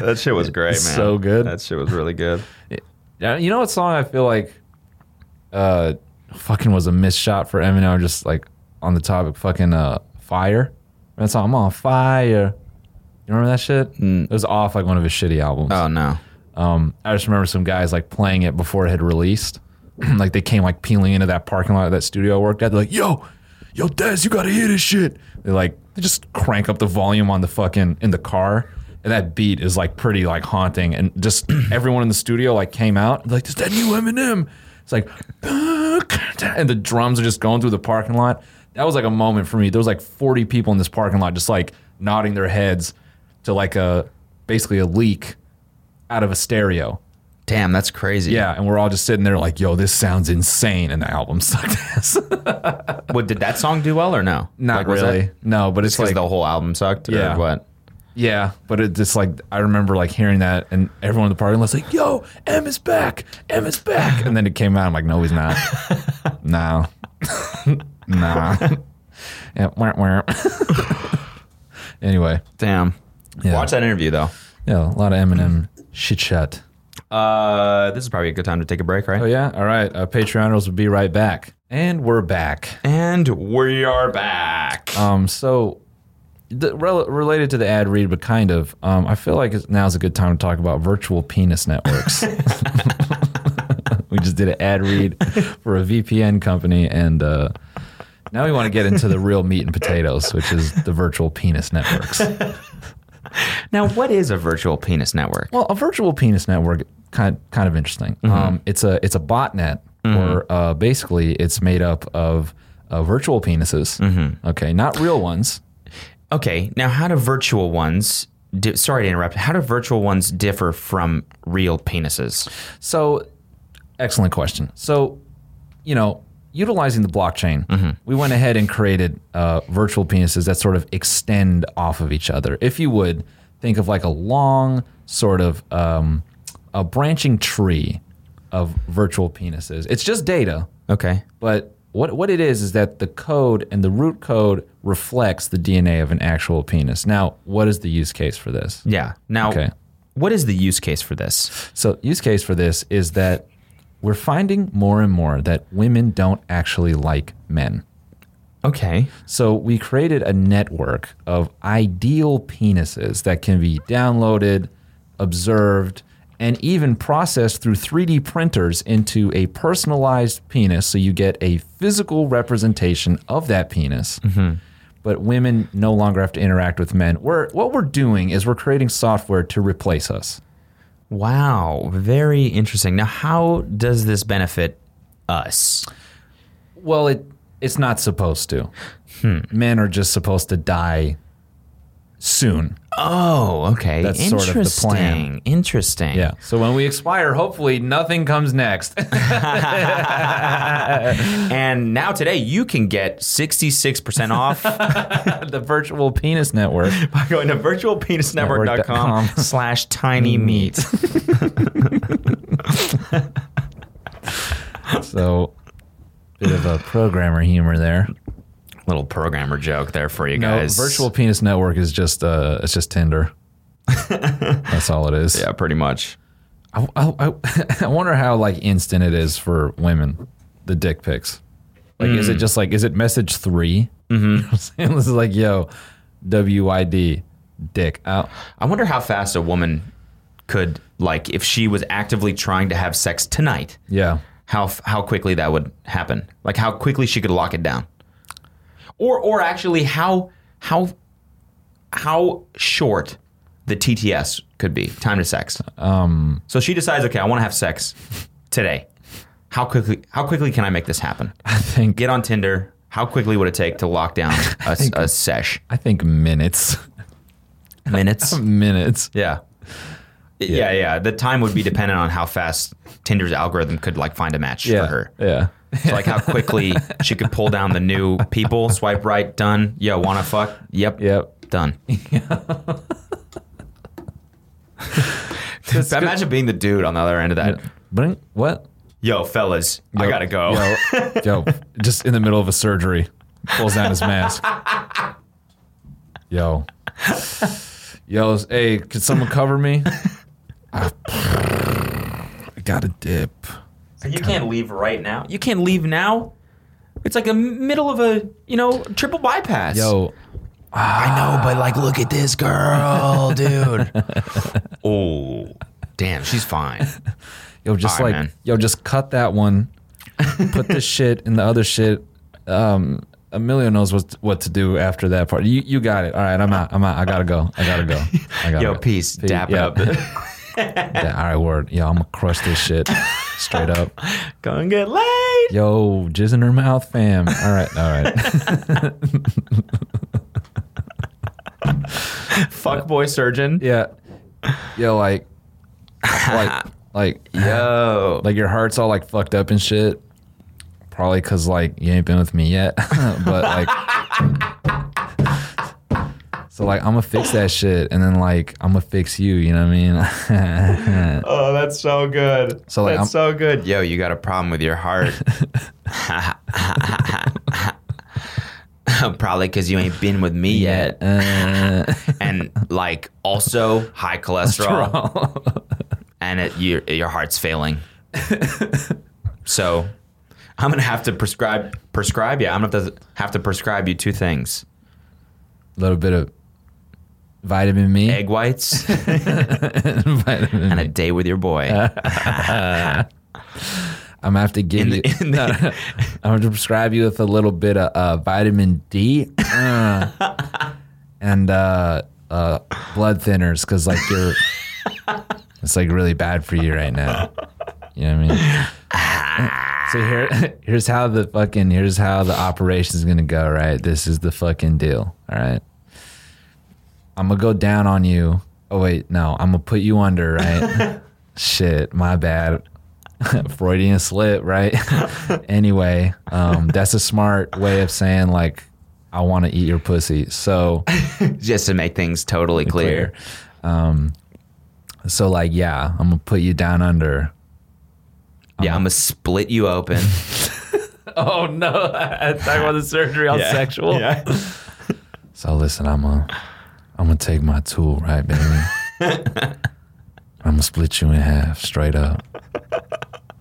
A: That shit was great,
B: It's so good.
A: shit was really good.
B: Yeah, you know what song I feel like uh fucking was a missed shot for Eminem just like on the topic fucking uh fire. That song I'm on fire. You remember that shit? It was off like one of his shitty albums.
A: Oh, no.
B: Um, I just remember some guys like playing it before it had released. like they came like peeling into that parking lot of that studio I worked at. They're like, yo, yo, Dez, you gotta hear this shit. They like they just crank up the volume on the fucking in the car. And that beat is like pretty like haunting. And just everyone in the studio like came out, like, is that new Eminem? It's like and the drums are just going through the parking lot. That was like a moment for me. There was like 40 people in this parking lot just like nodding their heads to like a basically a leak out of a stereo.
A: Damn, that's crazy.
B: Yeah, and we're all just sitting there like, "Yo, this sounds insane," and the album sucked ass.
A: What, did that song do well or no? Like, was that-
B: No, but it's
A: Because
B: like,
A: the whole album sucked or
B: Yeah.
A: what?
B: yeah, but it just like I remember like hearing that, and everyone in the party was like, "Yo, M is back, M is back," and then it came out. I'm like, "No, he's not. no, nah." Yeah, wah, wah. anyway,
A: Damn.
B: Yeah.
A: Watch that interview, though.
B: yeah, a lot of Eminem shit chat.
A: Uh, this is probably a good time to take a break, right?
B: Oh yeah, all right. Uh, Patreoners will be right back, and we're back.
A: And we are back.
B: Um, so the, rel- related to the ad read, but kind of, um, I feel like it's- now's a good time to talk about virtual penis networks. we just did an ad read for a VPN company, and uh, now we want to get into the real meat and potatoes, which is the virtual penis networks.
A: Now, what is a virtual penis network?
B: Well, a virtual penis network kind kind of interesting. Um, it's a it's a botnet, or uh, basically it's made up of uh, virtual penises. Okay, not real ones.
A: Okay, now how do virtual ones? Di- sorry to interrupt. How do virtual ones differ from real penises?
B: So, excellent question. So, you know, utilizing the blockchain, we went ahead and created uh, virtual penises that sort of extend off of each other. If you would think of like a long sort of um, a branching tree of virtual penises, it's just data,
A: Okay.
B: but what what it is is that the code and the root code reflects the DNA of an actual penis. Now, what is the use case for this?
A: Yeah. Now,
B: Okay.
A: what is the use case for this?
B: So, use case for this is that we're finding more and more that women don't actually like men.
A: Okay.
B: So we created a network of ideal penises that can be downloaded, observed, and even processed through 3D printers into a personalized penis. So you get a physical representation of that penis. But women no longer have to interact with men. We're, what we're doing is we're creating software to replace us.
A: Wow. Very interesting. Now, how does this benefit us?
B: Well, it it's not supposed to. Men are just supposed to die soon.
A: Oh, okay.
B: That's sort of
A: interesting.
B: the plan.
A: Interesting.
B: Yeah. So when we expire, hopefully nothing comes next.
A: And now today, you can get 66% off
B: the virtual penis network.
A: by going to virtualpenisnetwork.com
B: Network.com.
A: slash tiny
B: Mm.
A: meat.
B: So bit of a programmer humor there.
A: Little programmer joke there for you
B: No,
A: guys.
B: virtual penis network is just uh it's just Tinder. That's all it is.
A: Yeah, pretty much.
B: I, I, I- I wonder how like instant it is for women, the dick pics. Like, is it
A: Hmm.
B: just like, is it message 3 Mm-hmm. this is like, yo, WID, dick out.
A: I wonder how fast a woman could, like, if she was actively trying to have sex tonight,
B: Yeah.
A: how how quickly that would happen. Like how quickly she could lock it down. Or or actually how how how short the TTS could be, time to sex. Um so she decides, okay, I want to have sex today. How quickly how quickly can I make this happen?
B: I think,
A: Get on Tinder. How quickly would it take to lock down a, a sesh?
B: I think minutes,
A: Minutes?
B: minutes.
A: Yeah. Yeah, yeah. The time would be dependent on how fast Tinder's algorithm could like find a match
B: Yeah.
A: for her.
B: Yeah.
A: So like how quickly she could pull down the new people, swipe right, done. Yo, wanna fuck? Yep.
B: Yep.
A: Done. Imagine being the dude on the other end of that.
B: Bring, what?
A: Yo, fellas, I gotta go. Oh.
B: Yo, yo, just in the middle of a surgery, pulls down his mask. Yo, yo, hey, could someone cover me? I got a dip.
A: You can't leave right now. You can't leave now. It's like a middle of a you know triple bypass.
B: Yo,
D: I know, but like, look at this girl, dude.
A: oh, damn, she's fine.
B: yo, just
A: All right,
B: like,
A: man.
B: yo, just cut that one. Put this shit in the other shit. Um, Emilio knows what what to do after that part. You you got it. All right, I'm out. I'm out. I gotta go. I gotta go. I gotta
A: Yo,
B: go.
A: peace, dap it
B: yeah.
A: up.
B: Yeah, all right, word. Yo, I'm gonna crush this shit straight up.
A: Go and get laid.
B: Yo, jizz in her mouth, fam. All right, all right.
A: Fuck boy surgeon.
B: Yeah. Yo, like, like, like,
A: Yo,
B: like your heart's all like fucked up and shit. Probably because like you ain't been with me yet, but like, so like I'm gonna fix that shit, and then like I'm gonna fix you. You know what I mean?
A: Oh, that's so good.
B: So, like,
A: that's so good. Yo, you got a problem with your heart. Probably because you ain't been with me yet. and like also high cholesterol. and it, your, your heart's failing. so I'm going to have to prescribe, prescribe you. I'm going to have to prescribe you two things
B: A little bit of vitamin me,
A: egg whites
B: vitamin
A: and a day with your
B: Uh,
A: boy.
B: I'm gonna have to give you.
A: in the-
B: No, no. I'm gonna prescribe you with a little bit of uh, vitamin D uh, and uh, uh, blood thinners because like you're, it's like really bad for you right now. You know what I mean? So here, here's how the fucking here's how the operation's gonna go. Right, this is the fucking deal. All right, I'm gonna go down on you. Oh wait, no, I'm gonna put you under. Right. Shit, my bad. Freudian slip, right? anyway, um, that's a smart way of saying like, I want to eat your pussy. So
A: Just to make things totally clear.
B: clear. Um, so like, yeah, I'm gonna put you down under.
A: Yeah, I'm gonna split you open.
B: Oh no! I talking about the surgery all
A: Yeah. Yeah.
B: So listen, I'm gonna, I'm gonna take my tool, right, baby. I'm gonna split you in half, straight up.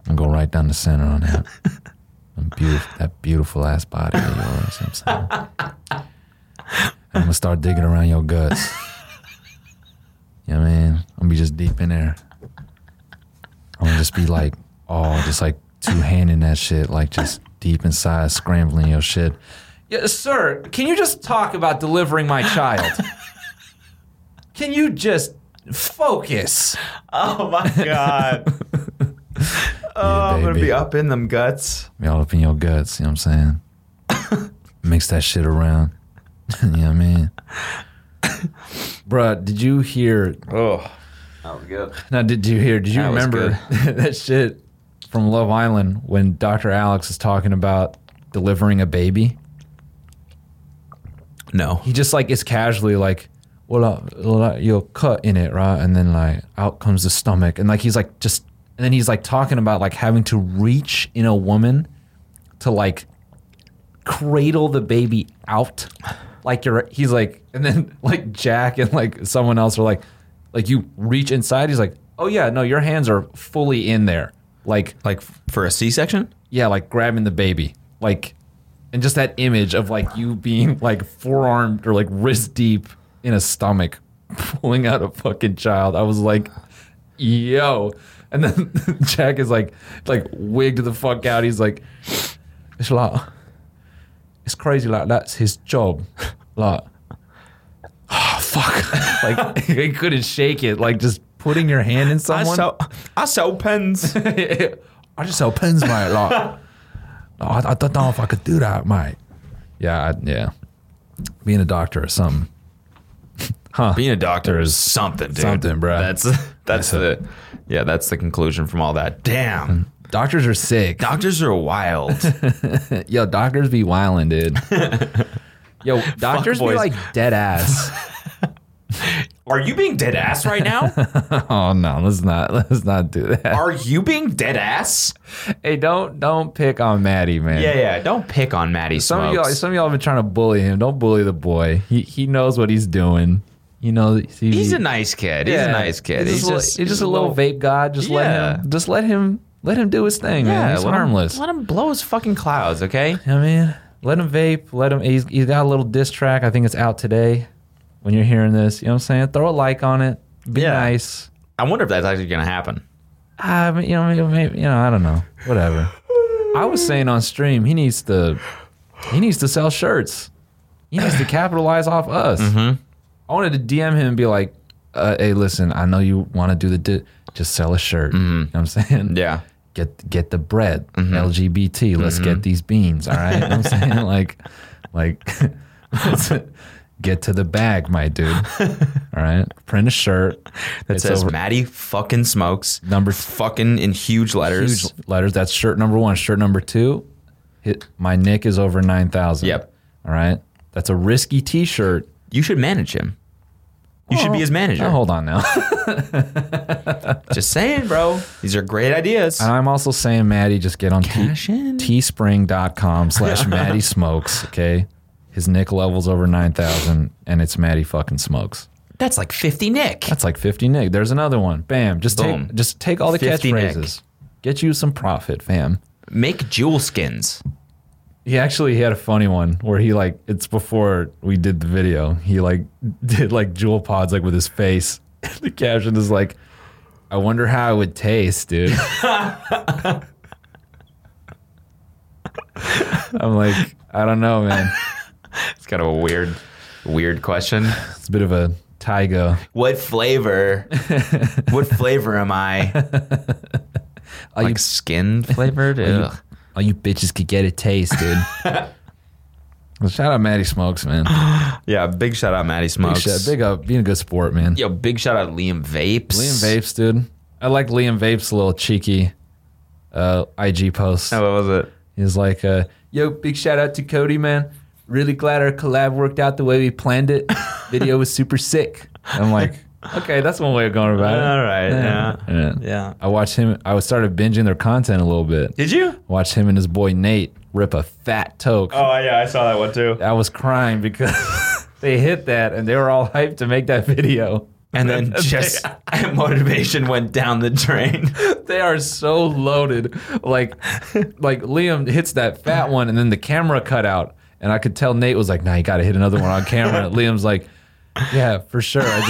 B: And go right down the center on that, on beautiful, that beautiful ass body of yours. you know what I'm saying. I'm gonna start digging around your guts. You know what I mean? I'm gonna be just deep in there. I'm gonna just be like, oh, just like two handing that shit, like just deep inside, scrambling your shit. Yes, sir, can you just talk about delivering my child? can you just focus?
A: Oh my god.
B: Oh,
A: I'm gonna be up in them guts.
B: We all up in your guts, you know what I'm saying? Mix that shit around. you know what I mean? Bruh, did you hear
A: Oh, that was good.
B: now did you hear did you
A: That was
B: remember that shit from Love Island when Dr. Alex is talking about delivering a baby?
A: No.
B: he just like is casually like well uh, well, uh, you're cut in it right and then like out comes the stomach and like he's like just and then he's like talking about like having to reach in a woman to like cradle the baby out like you're he's like and then like jack and like someone else are like like you reach inside he's like oh yeah no your hands are fully in there like
A: Like for a C-section?
B: yeah, like grabbing the baby, like, and just that image of like you being like forearmed or like wrist deep in a stomach, pulling out a fucking child. I was like, yo, and then Jack is like, like wigged the fuck out. He's like, it's like, it's crazy. Like that's his job. Like, oh fuck, like he couldn't shake it. Like just putting your hand in someone.
A: I sell pens.
B: I just sell pins, mate. Like, I, I don't know if I could do that, mate. Yeah, I, yeah. Being a doctor or something.
A: Being a doctor is
B: There's
A: something, dude.
B: something, bruh.
A: That's that's the yeah, that's the conclusion from all that. Damn.
B: Doctors are sick.
A: Doctors are wild.
B: Yo, doctors be wildin', dude. Yo, doctors be
A: boys.
B: like dead ass.
A: Are you being dead ass right now?
B: oh no, let's not let's not do that.
A: Are you being dead ass?
B: Hey, don't don't pick on Maddie, man.
A: Yeah, yeah. Don't pick on Maddie
B: Some of
A: Smokes.
B: y'all, some of y'all have been trying to bully him. Don't bully the boy. He he knows what he's doing. You know, he-
A: he's a nice kid. He's a
B: Yeah.
A: nice kid. He's,
B: li-
A: just,
B: he's just a little vape god. Just
A: Yeah.
B: let him. Just let him. Let him do his thing, man. He's
A: let him-
B: harmless.
A: let him blow his fucking clouds, okay?
B: I mean, let him vape. Let him. He's, he's got a little diss track. I think it's out today. When you're hearing this, you know what I'm saying. Throw a like on it. Be
A: Yeah.
B: nice.
A: I wonder if that's actually gonna happen.
B: I mean, Ah, you know, maybe, maybe, you know, I don't know. Whatever. I was saying on stream, he needs to. He needs to sell shirts. He needs to capitalize off us.
A: Mm-hmm.
B: I wanted to DM him and be like, uh, "Hey, listen, I know you want to do the di- just sell a shirt." You know what I'm saying?
A: Mm-hmm. Yeah. Mm-hmm.
B: get get the bread lgbt let's get these beans all right i'm saying like like let's get to the bag my dude all right print a shirt
A: That
B: It's
A: says
B: over-
A: Maddie fucking smokes.
B: Number-
A: fucking in huge letters.
B: huge letters that's shirt number one shirt number two hit my nick is over 9000
A: Yep.
B: all right that's a risky t-shirt
A: You should manage him. You should be his manager.
B: Now, hold on now
A: Just saying, bro. These are great ideas.
B: And I'm also saying, Maddie, just get on t-
A: Cash in.
B: teespring.com slash Maddie Smokes, okay? His Nick level's over 9,000, and it's Maddie fucking Smokes.
A: That's like 50 Nick.
B: That's like 50 Nick. There's another one. Bam. Just
A: Boom.
B: take just take all the
A: 50 Nick.
B: catchphrases. Get you some profit, fam.
A: Make jewel skins.
B: He actually he had a funny one where he like it's before we did the video. He like did like jewel pods like with his face. the caption is like, "I wonder how it would taste, dude." I'm like, I don't know, man.
A: It's kind of a weird, weird question.
B: It's a bit of a Tygo.
A: What flavor? what flavor am I?
B: Are you
A: like skin flavored? Ugh.
B: all you bitches could get a taste, dude. well, shout out Maddie Smokes, man.
A: Yeah, big shout out Maddie
B: Big,
A: Smokes.
B: shout- big up, being a good sport, man.
A: Yo, big shout out Liam Vapes.
B: Liam Vapes, dude. I like Liam Vapes' little cheeky uh, IG post.
A: Oh, what was it?
B: He's like, uh, "Yo, big shout out to Cody, man. Really glad our collab worked out the way we planned it. Video was super sick." I'm like, "Okay, that's one way of going about it."
A: All right,
B: yeah.
D: Yeah.
B: I watched him. I started binging their content a little bit.
A: Did you?
B: Watch him and his boy Nate rip a fat toke.
A: Oh yeah, I saw that one too.
B: I was crying because they hit that and they were all hyped to make that video.
A: And then just motivation went down the drain.
B: They are so loaded. Like like Liam hits that fat one and then the camera cut out. And I could tell Nate was like, nah, you gotta hit another one on camera. And Liam's like, Yeah, for sure. I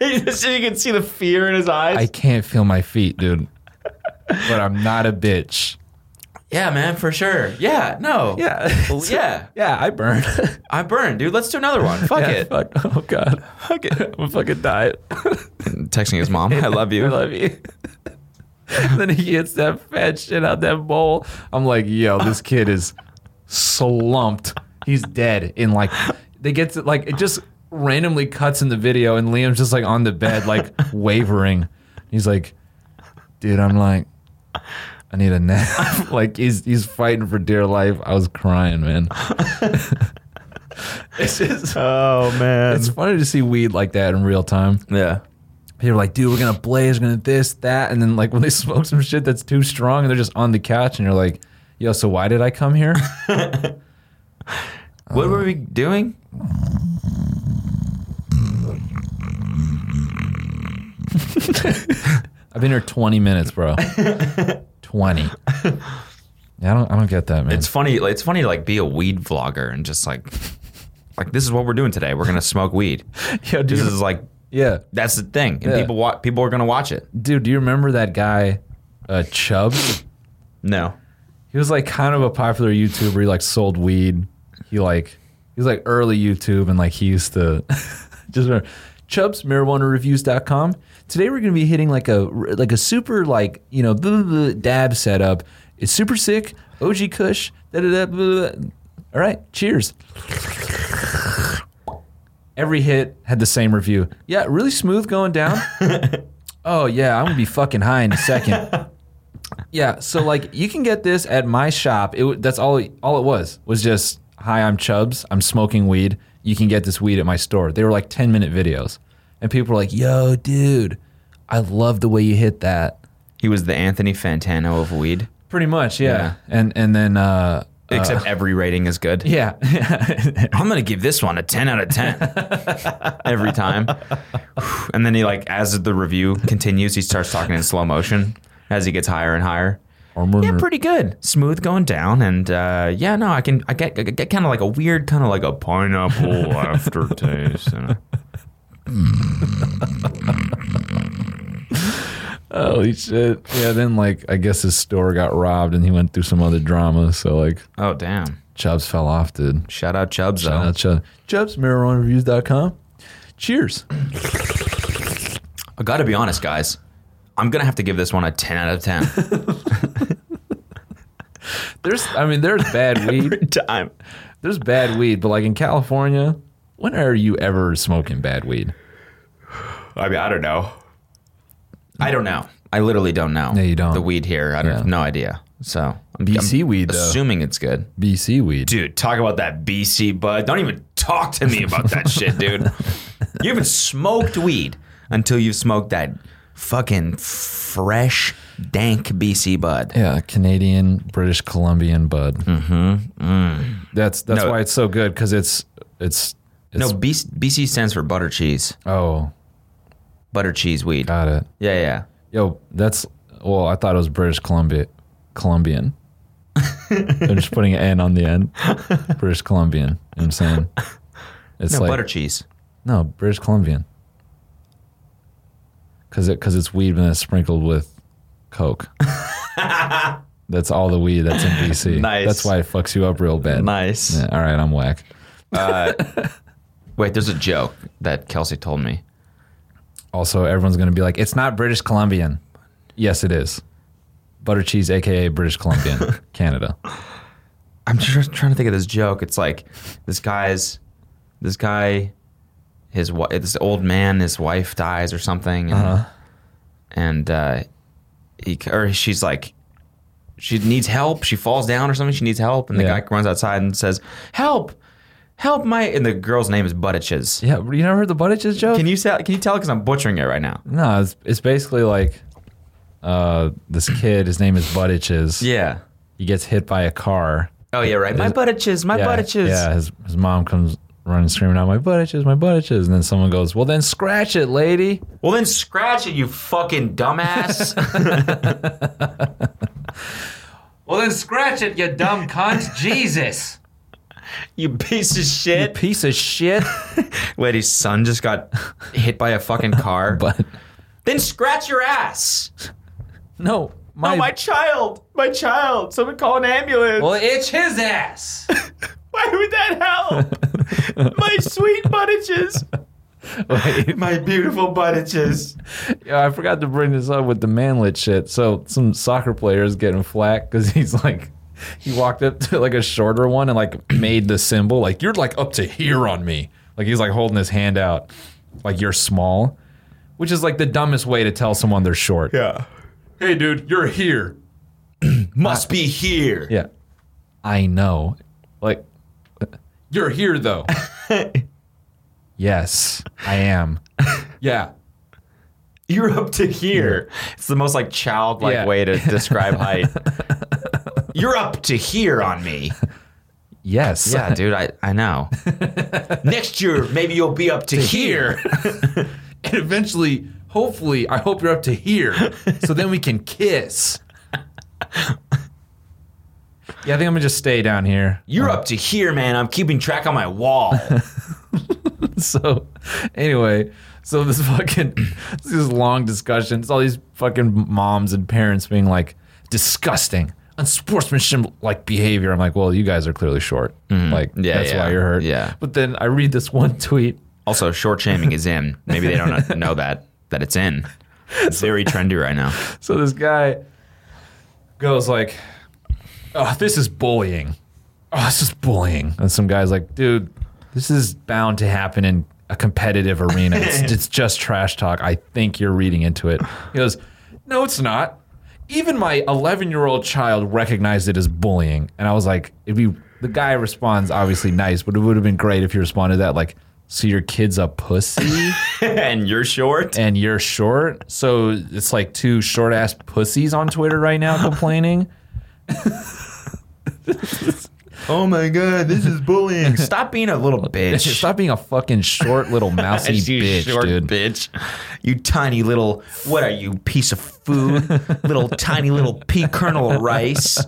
B: just
A: so you can see the fear in his
B: I
A: eyes.
B: can't feel my feet, dude. But I'm not a bitch.
D: Yeah, man, for sure. Yeah, no.
B: Yeah.
D: Well, yeah.
B: Yeah, I burn.
D: I burned, dude. Let's do another one. Fuck it.
B: Fuck. Oh god. Fuck it. I'm gonna fucking die.
A: Texting his mom, I love
B: I
A: you.
B: love you. And then he gets that fat shit out that bowl. I'm like, yo, this kid is slumped. He's dead. In like, they get to like, it just randomly cuts in the video, and Liam's just like on the bed, like wavering. He's like, dude, I'm like, I need a nap. like, he's he's fighting for dear life. I was crying, man. it's just,
A: Oh man.
B: it's funny to see weed like that in real time.
A: Yeah.
B: People are like, dude, we're gonna blaze, we're gonna this, that, and then like when they smoke some shit that's too strong and they're just on the couch and you're like, yo, so why did I come here?
A: What were we doing?
B: I've been here 20 minutes, bro. 20. Yeah, I don't, I don't get that, man.
A: It's funny. It's funny to like be a weed vlogger and just like, like this is what we're doing today. We're gonna smoke weed.
B: Yo, do
A: This
B: you-
A: is like
B: yeah,
A: that's the thing, and
B: Yeah.
A: people wa- people are gonna watch it.
B: dude, do you remember that guy, uh, Chubb?
A: No.
B: He was like kind of a popular YouTuber. He like sold weed. He like he was like early YouTube and like he used to just remember Chubbs marijuanareviews.com. Today we're gonna be hitting like a like a super like you know blah, blah, blah, dab setup. It's super sick. OG Kush. Da, da, da, blah, blah. All right, cheers. Every hit had the same review. Yeah, really smooth going down. oh yeah, I'm gonna be fucking high in a second. Yeah, so like you can get this at my shop. It wa- that's all all it was was just hi, I'm Chubbs. I'm smoking weed. You can get this weed at my store. They were like 10 minute videos, and people were like, "Yo, dude, I love the way you hit that."
A: He was the Anthony Fantano of weed.
B: Pretty much, yeah. And and then uh, uh,
A: Except every rating is good.
B: yeah,
A: I'm gonna give this one a 10 out of 10 every time. And then he like, as the review continues, he starts talking in slow motion as he gets higher and higher.
B: Mm-hmm.
A: Yeah, pretty good. Smooth going down, and uh, yeah, no, I can, I get, I get kind of like a weird, kind of like a pineapple aftertaste. And a-
B: holy shit. Yeah, then like I guess his store got robbed, and he went through some other drama. So like
A: oh damn!
B: Chubbs fell off, dude.
A: Shout out Chubbs
B: Shout
A: though.
B: out Chubbs. Chubbs marijuanareviews.com. Cheers.
A: I got to be honest, guys. I'm gonna have to give this one a 10 out of 10
B: There's, I mean, there's bad weed.
A: time.
B: There's bad weed, but like in California, when are you ever smoking bad weed?
A: I mean, I don't know. I don't know. I literally don't know.
B: No, you don't.
A: The weed here, I don't
B: Yeah.
A: no idea. So I'm,
B: BC
A: I'm
B: weed, though.
A: assuming it's good.
B: BC weed.
A: Dude, talk about that BC bud. Don't even talk to me about that shit, dude. You haven't smoked weed until you've smoked that fucking fresh, dank BC bud.
B: Yeah, Canadian, British Columbian bud. Mm-hmm. That's that's
A: Mm. No.
B: why it's so good because it's it's
A: No,
B: it's
A: BC, BC stands for butter cheese.
B: oh
A: Butter cheese weed.
B: got it.
A: Yeah, yeah.
B: Yo, that's well, I thought it was British Columbia, Columbian. They're just putting an N on the end. British Columbian. You know what I'm saying it's
A: No,
B: like
A: butter cheese.
B: no British Columbian because it because it's weed and it's sprinkled with coke. that's all the weed that's in BC.
A: Nice.
B: That's why it fucks you up real bad.
A: Nice.
B: Yeah, all right, I'm whack.
A: Wait, there's a joke that Kelsey told me.
B: Also, everyone's gonna be like, it's not British Columbian. Yes, it is. Butter cheese, aka British Columbian, Canada.
A: I'm just trying to think of this joke. It's like this guy's, this guy, his wi- this old man, his wife
B: Uh-huh.
A: dies or something, and, and uh, he or she's like, she needs help. She falls down or something. She needs help, and the
B: Yeah.
A: guy runs outside and says, "Help, help!" My and the girl's name is Buttiches.
B: Yeah, you never heard the Buttigieg joke?
A: Can you tell? Can you tell? Because I'm butchering it right now.
B: no, it's, it's basically like uh, this kid. His name is Buttigieg.
A: Yeah.
B: He gets hit by a car.
A: Oh yeah, right. My Buttiches. My
B: yeah,
A: Buttiches.
B: Yeah, his, his mom comes running screaming out, "My Buttigieg, my Buttigieg!" And then someone goes, "Well, then scratch it, lady."
A: Well, then scratch it, you fucking dumbass.
B: Well, then scratch it, you dumb cunt. Jesus,
A: you piece of shit.
B: piece of shit.
A: Wait, his son just got hit by a fucking car.
B: But
A: then scratch your ass.
B: no, my,
A: Oh, my child. My child. Someone call an ambulance.
B: well, it's his ass.
A: Why would that help? my sweet buttaches.
B: Wait.
A: My beautiful buttaches.
B: Yeah, I forgot to bring this up with the manlet shit. So some soccer player is getting flack because he's like, he walked up to like a shorter one and like made the symbol like you're like up to here on me. Like he's like holding his hand out, like you're small, which is like the dumbest way to tell someone they're short.
C: Yeah. Hey, dude, you're here.
A: Must be here.
B: Yeah. I know. Like,
C: You're here though.
B: yes, I am.
C: yeah.
A: You're up to here. It's the most like childlike
B: Yeah.
A: way to describe height. You're up to here on me.
B: Yes.
A: Yeah, dude, I, I know. Next year, maybe you'll be up to here.
B: and eventually, hopefully, I hope you're up to here, so then we can kiss. Yeah, I think I'm gonna just stay down here.
A: You're up to here, man. I'm keeping track on my wall.
B: So, anyway, so this fucking this is long discussion. It's all these fucking moms and parents being like, disgusting, unsportsmanship-like behavior. I'm like, well, you guys are clearly short. Like,
A: Mm-hmm. Yeah,
B: that's
A: yeah,
B: why you're hurt.
A: yeah.
B: But then I read this one tweet.
A: Also, short shaming is in. Maybe they don't know that that it's in. It's very trendy right now.
B: So this guy goes like, "Oh, this is bullying. Oh, this is bullying." And some guy's like, "Dude, this is bound to happen in a competitive arena. It's, it's just trash talk. I think you're reading into it." He goes, "No, it's not. Even my 11-year-old child recognized it as bullying." And I was like, "It'd be." The guy responds obviously nice, but it would have been great if he responded that like, "So your kid's a pussy."
A: and you're short.
B: and you're short. So it's like two short ass pussies on Twitter right now complaining.
A: Oh my god, this is bullying. Stop being a little bitch.
B: Stop being a fucking short little mousy
A: you
B: bitch,
A: short
B: dude.
A: bitch. You tiny little. What are you, piece of food? little tiny little pea kernel of rice.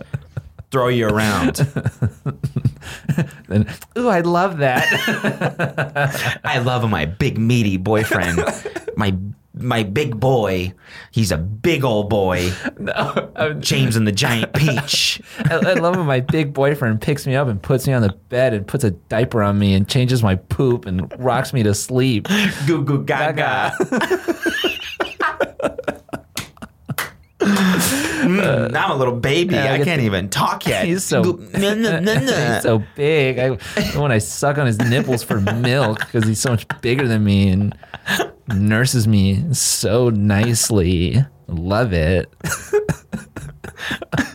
A: Throw you around.
B: And, Ooh, I love that.
A: I love my big meaty boyfriend. my my big boy. He's a big old boy. James and the giant peach.
B: I, I love when my big boyfriend picks me up and puts me on the bed and puts a diaper on me and changes my poop and rocks me to sleep.
A: Goo goo gaga. Mm, I'm a little baby. I,
B: get
A: can't even talk yet.
B: He's so-
A: Goo- no, no, no, no.
B: He's so big. I when I suck on his nipples for milk because he's so much bigger than me and nurses me so nicely. Love it.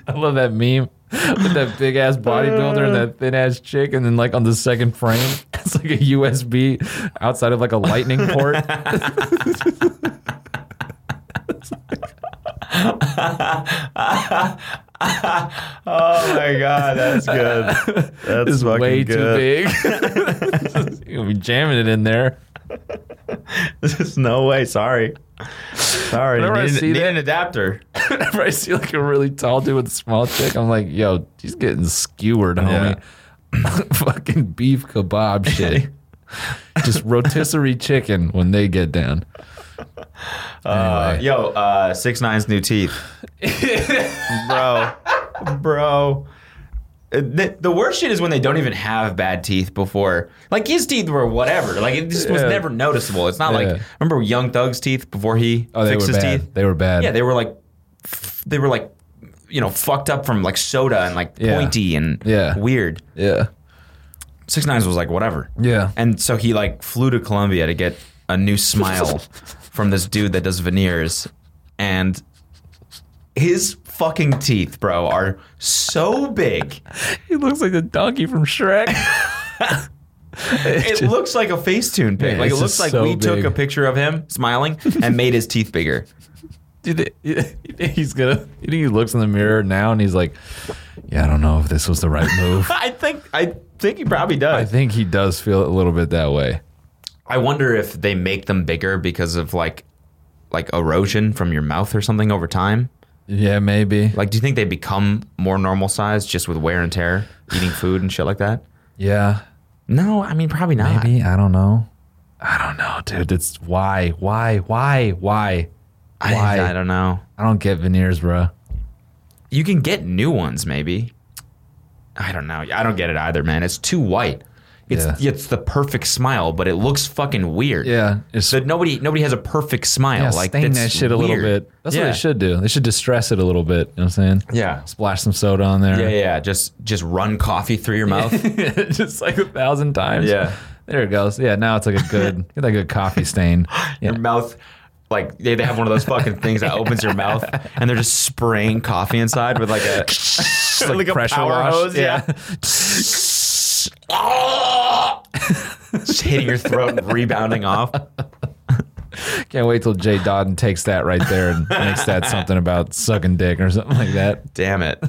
B: I love that meme with that big ass bodybuilder and that thin ass chick, and then like on the second frame, it's like a USB outside of like a lightning port.
A: oh my god, that's good. That's
B: It's way too big. You'll be jamming it in there.
A: There's no way. Sorry. Sorry.
B: Whenever I
A: Need, an-
B: see
A: need
B: that-
A: an adapter.
B: whenever I see like a really tall dude with a small chick, I'm like, yo, he's getting skewered, homie. Fucking beef kebab shit. Just rotisserie chicken when they get down.
A: Uh,
B: Anyway.
A: yo, uh, six nine's new teeth, bro, bro. Uh, The, the worst shit is when they don't even have bad teeth before. Like his teeth were whatever. Like it just was
B: Yeah.
A: never noticeable. It's not
B: Yeah.
A: like remember Young Thug's teeth before he
B: Oh, they
A: fixed
B: were
A: his
B: bad.
A: teeth.
B: They were bad.
A: yeah, they were like f- they were like you know fucked up from like soda and like
B: Yeah.
A: pointy and
B: Yeah.
A: weird.
B: yeah.
A: Six Nines was like whatever.
B: Yeah.
A: And so he like flew to Colombia to get a new smile from this dude that does veneers, and his fucking teeth, bro, are so big.
B: He looks like the donkey from Shrek.
A: It looks like a Facetune pic.
B: Yeah,
A: like it
B: it's
A: looks
B: just
A: like
B: so
A: we took
B: big.
A: a picture of him smiling and made his teeth bigger.
B: Do you thi- you think he's gonna? You think he looks in the mirror now and he's like, "Yeah, I don't know if this was the right move."
A: I think I think he probably
B: I
A: does.
B: think he does feel a little bit that way.
A: I wonder if they make them bigger because of like like erosion from your mouth or something over time.
B: Yeah, maybe.
A: Like, do you think they become more normal size just with wear and tear, eating food and shit like that?
B: Yeah,
A: No, I mean probably not.
B: maybe. I don't know. I don't know, dude. It's why, why, why, why,
A: I,
B: why?
A: I don't know.
B: I don't get veneers, bro.
A: You can get new ones, maybe. I don't know. I don't get it either, man. It's too white. It's
B: Yeah.
A: it's the perfect smile, but it looks fucking weird.
B: Yeah, it's
A: So nobody nobody has a perfect smile.
B: yeah,
A: like
B: stain
A: that's
B: that shit a little
A: weird.
B: bit. That's
A: yeah.
B: what they should do. They should distress it a little bit. You know what I'm saying?
A: Yeah.
B: Splash some soda on there.
A: Yeah, yeah, yeah. Just just run coffee through your mouth.
B: just like a thousand times.
A: Yeah.
B: There it goes. Yeah, now it's like a good, get like a stain. stain. Yeah.
A: Your mouth like they, they have one of those fucking things that opens your mouth and they're just spraying coffee inside with like a like, a power hose, yeah. just hitting your throat and rebounding off.
B: Can't wait till Jay Dodden takes that right there and makes that something about sucking dick or something like that.
A: Damn it.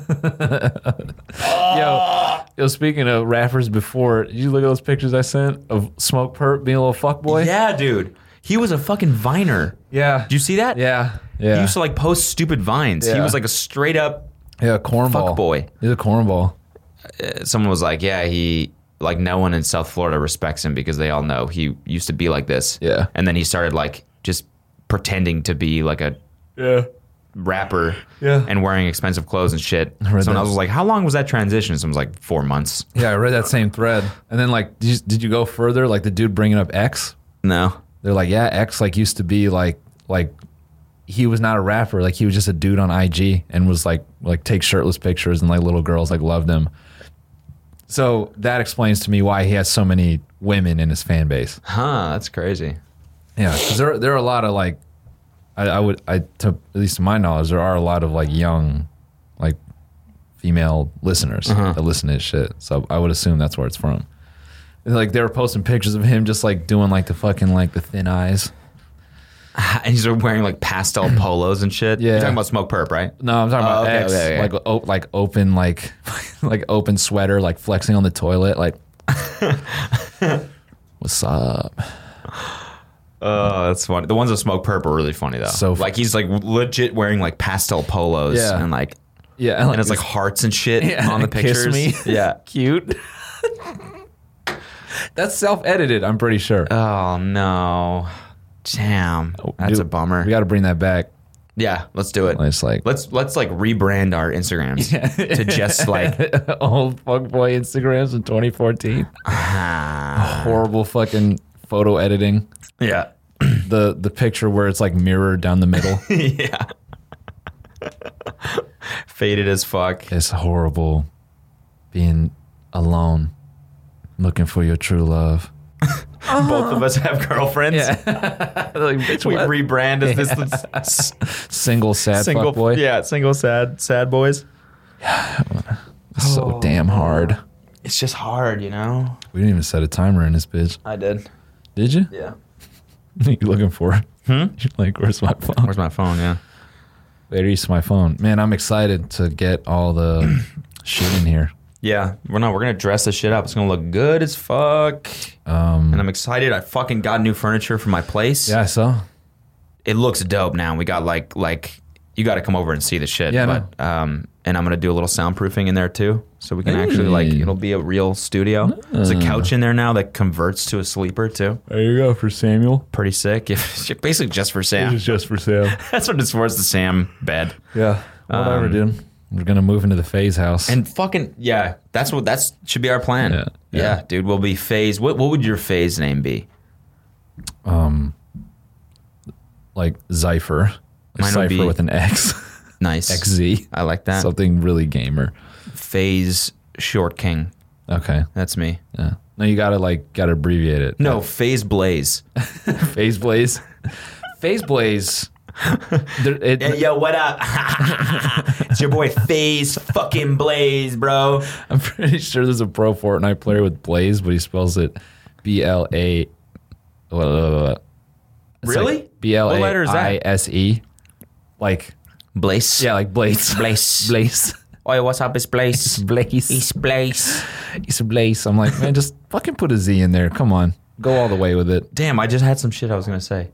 A: Ah.
B: Yo, yo, speaking of rappers before, did you look at those pictures I sent of Smoke Perp being a little fuckboy?
A: Yeah, dude. He was a fucking viner.
B: Yeah.
A: Do you see that?
B: Yeah. Yeah.
A: He used to like post stupid vines. He
B: Yeah.
A: was like a straight up
B: yeah, cornball.
A: fuckboy.
B: He's a cornball.
A: someone was like, "Yeah, he like no one in South Florida respects him because they all know he used to be like this."
B: Yeah.
A: and then he started like just pretending to be like a
C: Yeah.
A: rapper,
B: Yeah.
A: and wearing expensive clothes and shit. Someone
B: read that.
A: else was like, "How long was that transition?" Someone was like, four months."
B: Yeah, I read that same thread. And then, like, did you, did you go further? Like, the dude bringing up X
A: No,
B: they're like, yeah, X like used to be like like he was not a rapper, like he was just a dude on IG and was like like take shirtless pictures and like little girls like loved him. So that explains to me why he has so many women in his fan base.
A: huh? That's crazy.
B: Yeah, 'cause there there are a lot of like, I, I would I to at least to my knowledge there are a lot of like young, like female listeners
A: Uh-huh.
B: that listen to his shit. So I would assume that's where it's from. And, like they were posting pictures of him just like doing like the fucking like the thin eyes.
A: And he's wearing like pastel polos and shit.
B: Yeah.
A: You're talking about smoke perp, right?
B: No, I'm talking about
A: Oh, okay,
B: X,
A: okay, okay.
B: like o- like open like like open sweater, like flexing on the toilet, like what's up?
A: Oh, that's funny. The ones with smoke perp are really funny though.
B: So fu-
A: like he's like legit wearing like pastel polos
B: Yeah.
A: and like
B: Yeah,
A: and it's like hearts and shit
B: Yeah,
A: on the
B: kiss
A: pictures.
B: me.
A: Yeah.
B: cute. That's self edited. I'm pretty sure.
A: Oh no. Damn. Oh, That's
B: Oh, Dude,
A: a bummer.
B: We got to bring that back.
A: yeah, let's do it.
B: It's like
A: Let's let's like rebrand our Instagrams to just like
B: old fuckboy Instagrams in 2014. Horrible fucking photo editing.
A: Yeah.
B: The the picture where it's like mirrored down the middle.
A: yeah. Faded as fuck.
B: It's horrible being alone, looking for your true love. Uh-huh.
A: Both of us have girlfriends. We rebrand as this s-
B: Single sad
A: single
B: fuck boy.
A: Yeah, single sad sad boys.
B: So damn hard.
A: It's just hard, you know?
B: We didn't even set a timer in this bitch.
A: I did.
B: Did you?
A: Yeah.
B: you looking for it? You're like, where's my phone?
A: Where's my phone? Yeah.
B: Where is my phone? Man, I'm excited to get all the shit in here.
A: Yeah. We're not we're gonna dress this shit up. It's gonna look good as fuck.
B: Um,
A: And I'm excited. I fucking got new furniture for my place.
B: yeah, I saw.
A: it looks dope now. We got like like you got to come over and see the shit.
B: Yeah, I
A: but um, and I'm gonna do a little soundproofing in there too, so we can actually like
B: Hey.
A: it'll be a real studio. There's a couch in there now that converts to a sleeper too.
C: There you go for Samuel.
A: Pretty sick. Basically just for
C: This
A: Sam.
C: is just for sale.
A: That's what it's for. It's the Sam bed.
B: Yeah. Whatever, dude. Um, We're gonna move into the phase house.
A: And fucking yeah, that's what that's should be our plan.
B: Yeah, yeah.
A: dude. We'll be phase. What what would your phase name be?
B: Um, like Zypher.
A: Mine would
B: Cypher
A: be-
B: with an X.
A: Nice.
B: XZ.
A: I like that.
B: Something really gamer.
A: phase short king.
B: Okay.
A: That's me.
B: Yeah. No, you gotta like gotta abbreviate it.
A: No, phase blaze.
B: phase blaze. phase blaze There- it-
A: Hey, yo, what up? it's your boy Phase fucking Blaze, bro.
B: I'm pretty sure there's a pro Fortnite player with Blaze, but he spells it B L A. what- what- what- it's
E: Really?
B: Like B L
E: What letter
B: A
E: is that?
B: I S E. Like
A: Blaze.
B: yeah, like Blaze.
A: Blaze.
B: Blaze.
A: Oi, what's up? It's Blaze.
B: Blaze.
A: It's Blaze.
B: He's a Blaze. I'm like, man, just fucking put a Z in there. Come on, go all the way with it.
A: Damn, I just had some shit I was gonna say.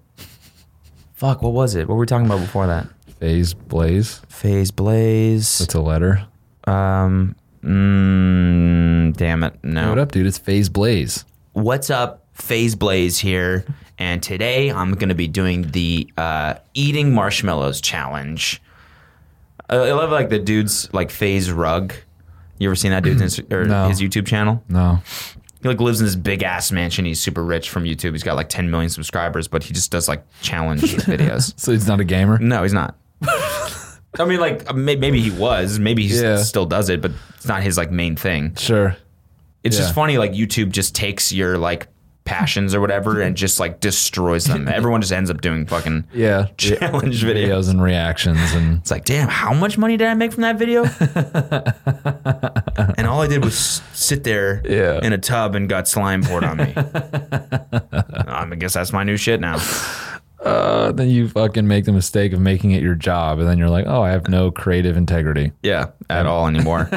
A: Fuck, what was it? What were we talking about before that?
B: Phase Blaze.
A: Phase Blaze.
B: That's a letter.
A: Um, mm, damn it, no.
B: What up, dude? It's Phase Blaze.
A: What's up? Phase Blaze here, and today I'm going to be doing the uh, eating marshmallows challenge. I, I love like the dude's like Phase Rug. You ever seen that dude's Insta- or
B: No.
A: his YouTube channel?
B: No,
A: He like lives in this big ass mansion. He's super rich from YouTube. He's got like 10 million subscribers, but he just does like challenge videos.
B: so he's not a gamer.
A: No, he's not. I mean, like uh, may- maybe he was, maybe he
B: Yeah.
A: still does it, but it's not his like main thing
B: Sure.
A: it's just
B: Yeah.
A: funny like youtube just takes your like passions or whatever and just like destroys them everyone just ends up doing fucking
B: Yeah.
A: challenge videos
B: Videos and reactions and
A: it's like damn how much money did i make from that video and all i did was sit there
B: Yeah.
A: in a tub and got slime poured on me Um, i guess that's my new shit now
B: uh, then you fucking make the mistake of making it your job, and then you're like, oh, I have no creative integrity.
A: yeah at all anymore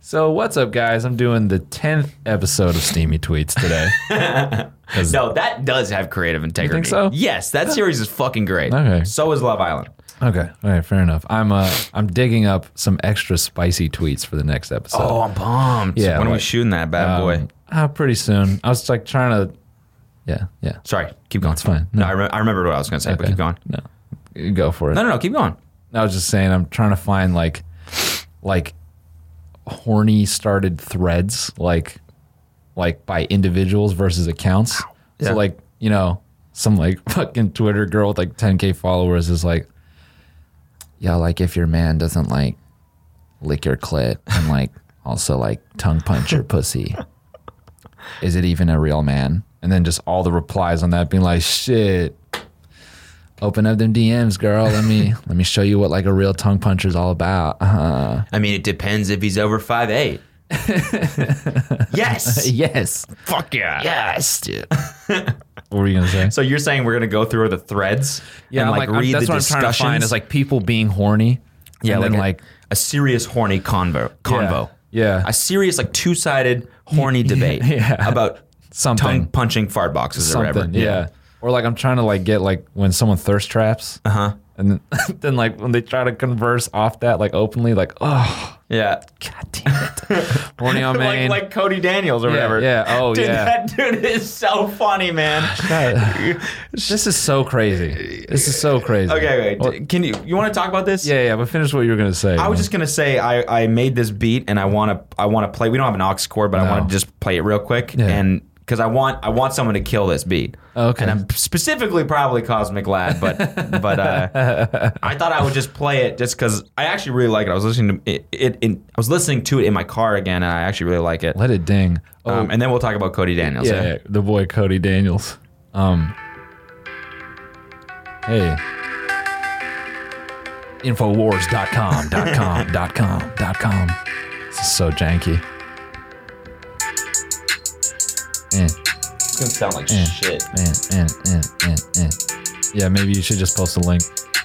B: So what's up, guys? I'm doing the tenth episode of Steamy Tweets today.
A: no that does have creative integrity
B: so?
A: yes that series is fucking great
B: Okay.
A: so is love island
B: okay, all right, fair enough. I'm uh, I'm digging up some extra spicy tweets for the next episode.
A: oh i'm pumped
B: Yeah,
A: when are we
B: like,
A: shooting that bad boy
B: Um, uh, pretty soon. I was like trying to, yeah, yeah.
A: Sorry, keep going.
B: It's fine.
A: No,
B: No.
A: I, rem- I remember what I was going to say, but
B: Okay.
A: keep going.
B: No, You go for it.
A: No, no, no, keep going.
B: I was just saying I'm trying to find like like horny started threads like like by individuals versus accounts.
A: Yeah.
B: So like, you know, some like fucking Twitter girl with like 10k followers is like yeah, like if your man doesn't like lick your clit and like also like tongue punch your pussy. Is it even a real man? And then just all the replies on that being like, shit, open up them DMs, girl. Let me let me show you what like a real tongue puncher is all about. Uh,
A: I mean, it depends if he's over five eight. yes.
B: yes,
A: Fuck yeah.
B: yes, dude. what were you gonna say?
A: So you're saying we're going to go through the threads and like, read the discussions?
B: is like people being horny.
A: yeah,
B: and
A: like,
B: then,
A: a,
B: like
A: a serious horny convo. Convo.
B: Yeah.
A: A serious like two sided horny debate
B: Yeah.
A: about
B: Something.
A: tongue punching fart boxes or whatever.
B: something. Yeah. Or like I'm trying to like get like when someone thirst traps. Uh huh. And then, then like when they try to converse off that like openly like oh
A: Yeah.
B: god damn it horny on
A: Like,
B: main
A: like Cody Daniels or whatever.
B: yeah oh
A: Dude,
B: yeah
A: that dude is so funny, man.
B: God. this is so crazy this is so crazy
A: Okay, wait.
B: Well,
A: can you you want to talk about this?
B: yeah yeah but finish what you were gonna say
A: I was just gonna say I, I made this beat and I wanna I wanna play. We don't have an aux chord, but I
B: No.
A: want to just play it real quick
B: Yeah.
A: and because I want I want someone to kill this beat.
B: Okay.
A: And I'm specifically probably Cosmic Lad, but but uh, I thought I would just play it just because I actually really like it. I was listening to it, it in I was listening to it in my car again, and I actually really like it.
B: let it ding oh
A: Um, and then we'll talk about Cody Daniels.
B: yeah, yeah, the boy Cody Daniels um hey infowars.com dot com dot com dot com this is so janky Eh.
A: It's gonna sound like
B: Yeah.
A: shit.
B: Eh, eh, eh, eh, eh. Yeah, maybe you should just post a link.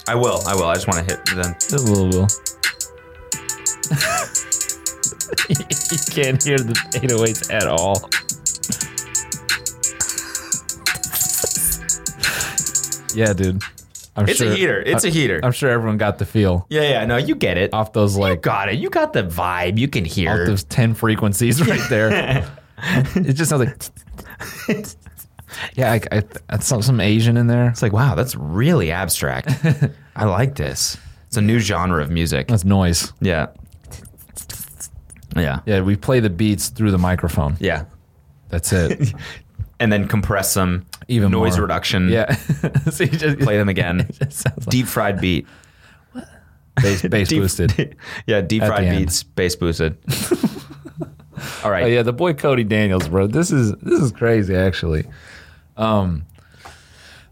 A: I will. I will. I just want to hit them.
B: A little will. you can't hear the 808s at all. yeah, dude. I'm
A: It's
B: sure,
A: a heater. It's a heater.
B: I'm sure everyone got the feel
A: yeah, yeah. No, you get it.
B: off those Oh, like
A: Got it. You got the vibe. You can hear.
B: off those ten frequencies right there. it just sounds like. Yeah, I, I, that's some, some Asian in there.
A: It's like, wow, that's really abstract. I like this. It's a new genre of music.
B: That's noise.
A: Yeah. Yeah.
B: Yeah, we play the beats through the microphone.
A: Yeah.
B: That's it.
A: And then compress them,
B: Even
A: noise
B: more.
A: reduction.
B: Yeah. so you just
A: Play them again.
B: It sounds like
A: deep fried beat.
B: bass, bass
A: Deep,
B: boosted.
A: yeah, deep
B: At the
A: fried
B: end.
A: beats, bass boosted. All right.
B: Oh yeah, the boy Cody Daniels, bro. This is this is crazy actually. Um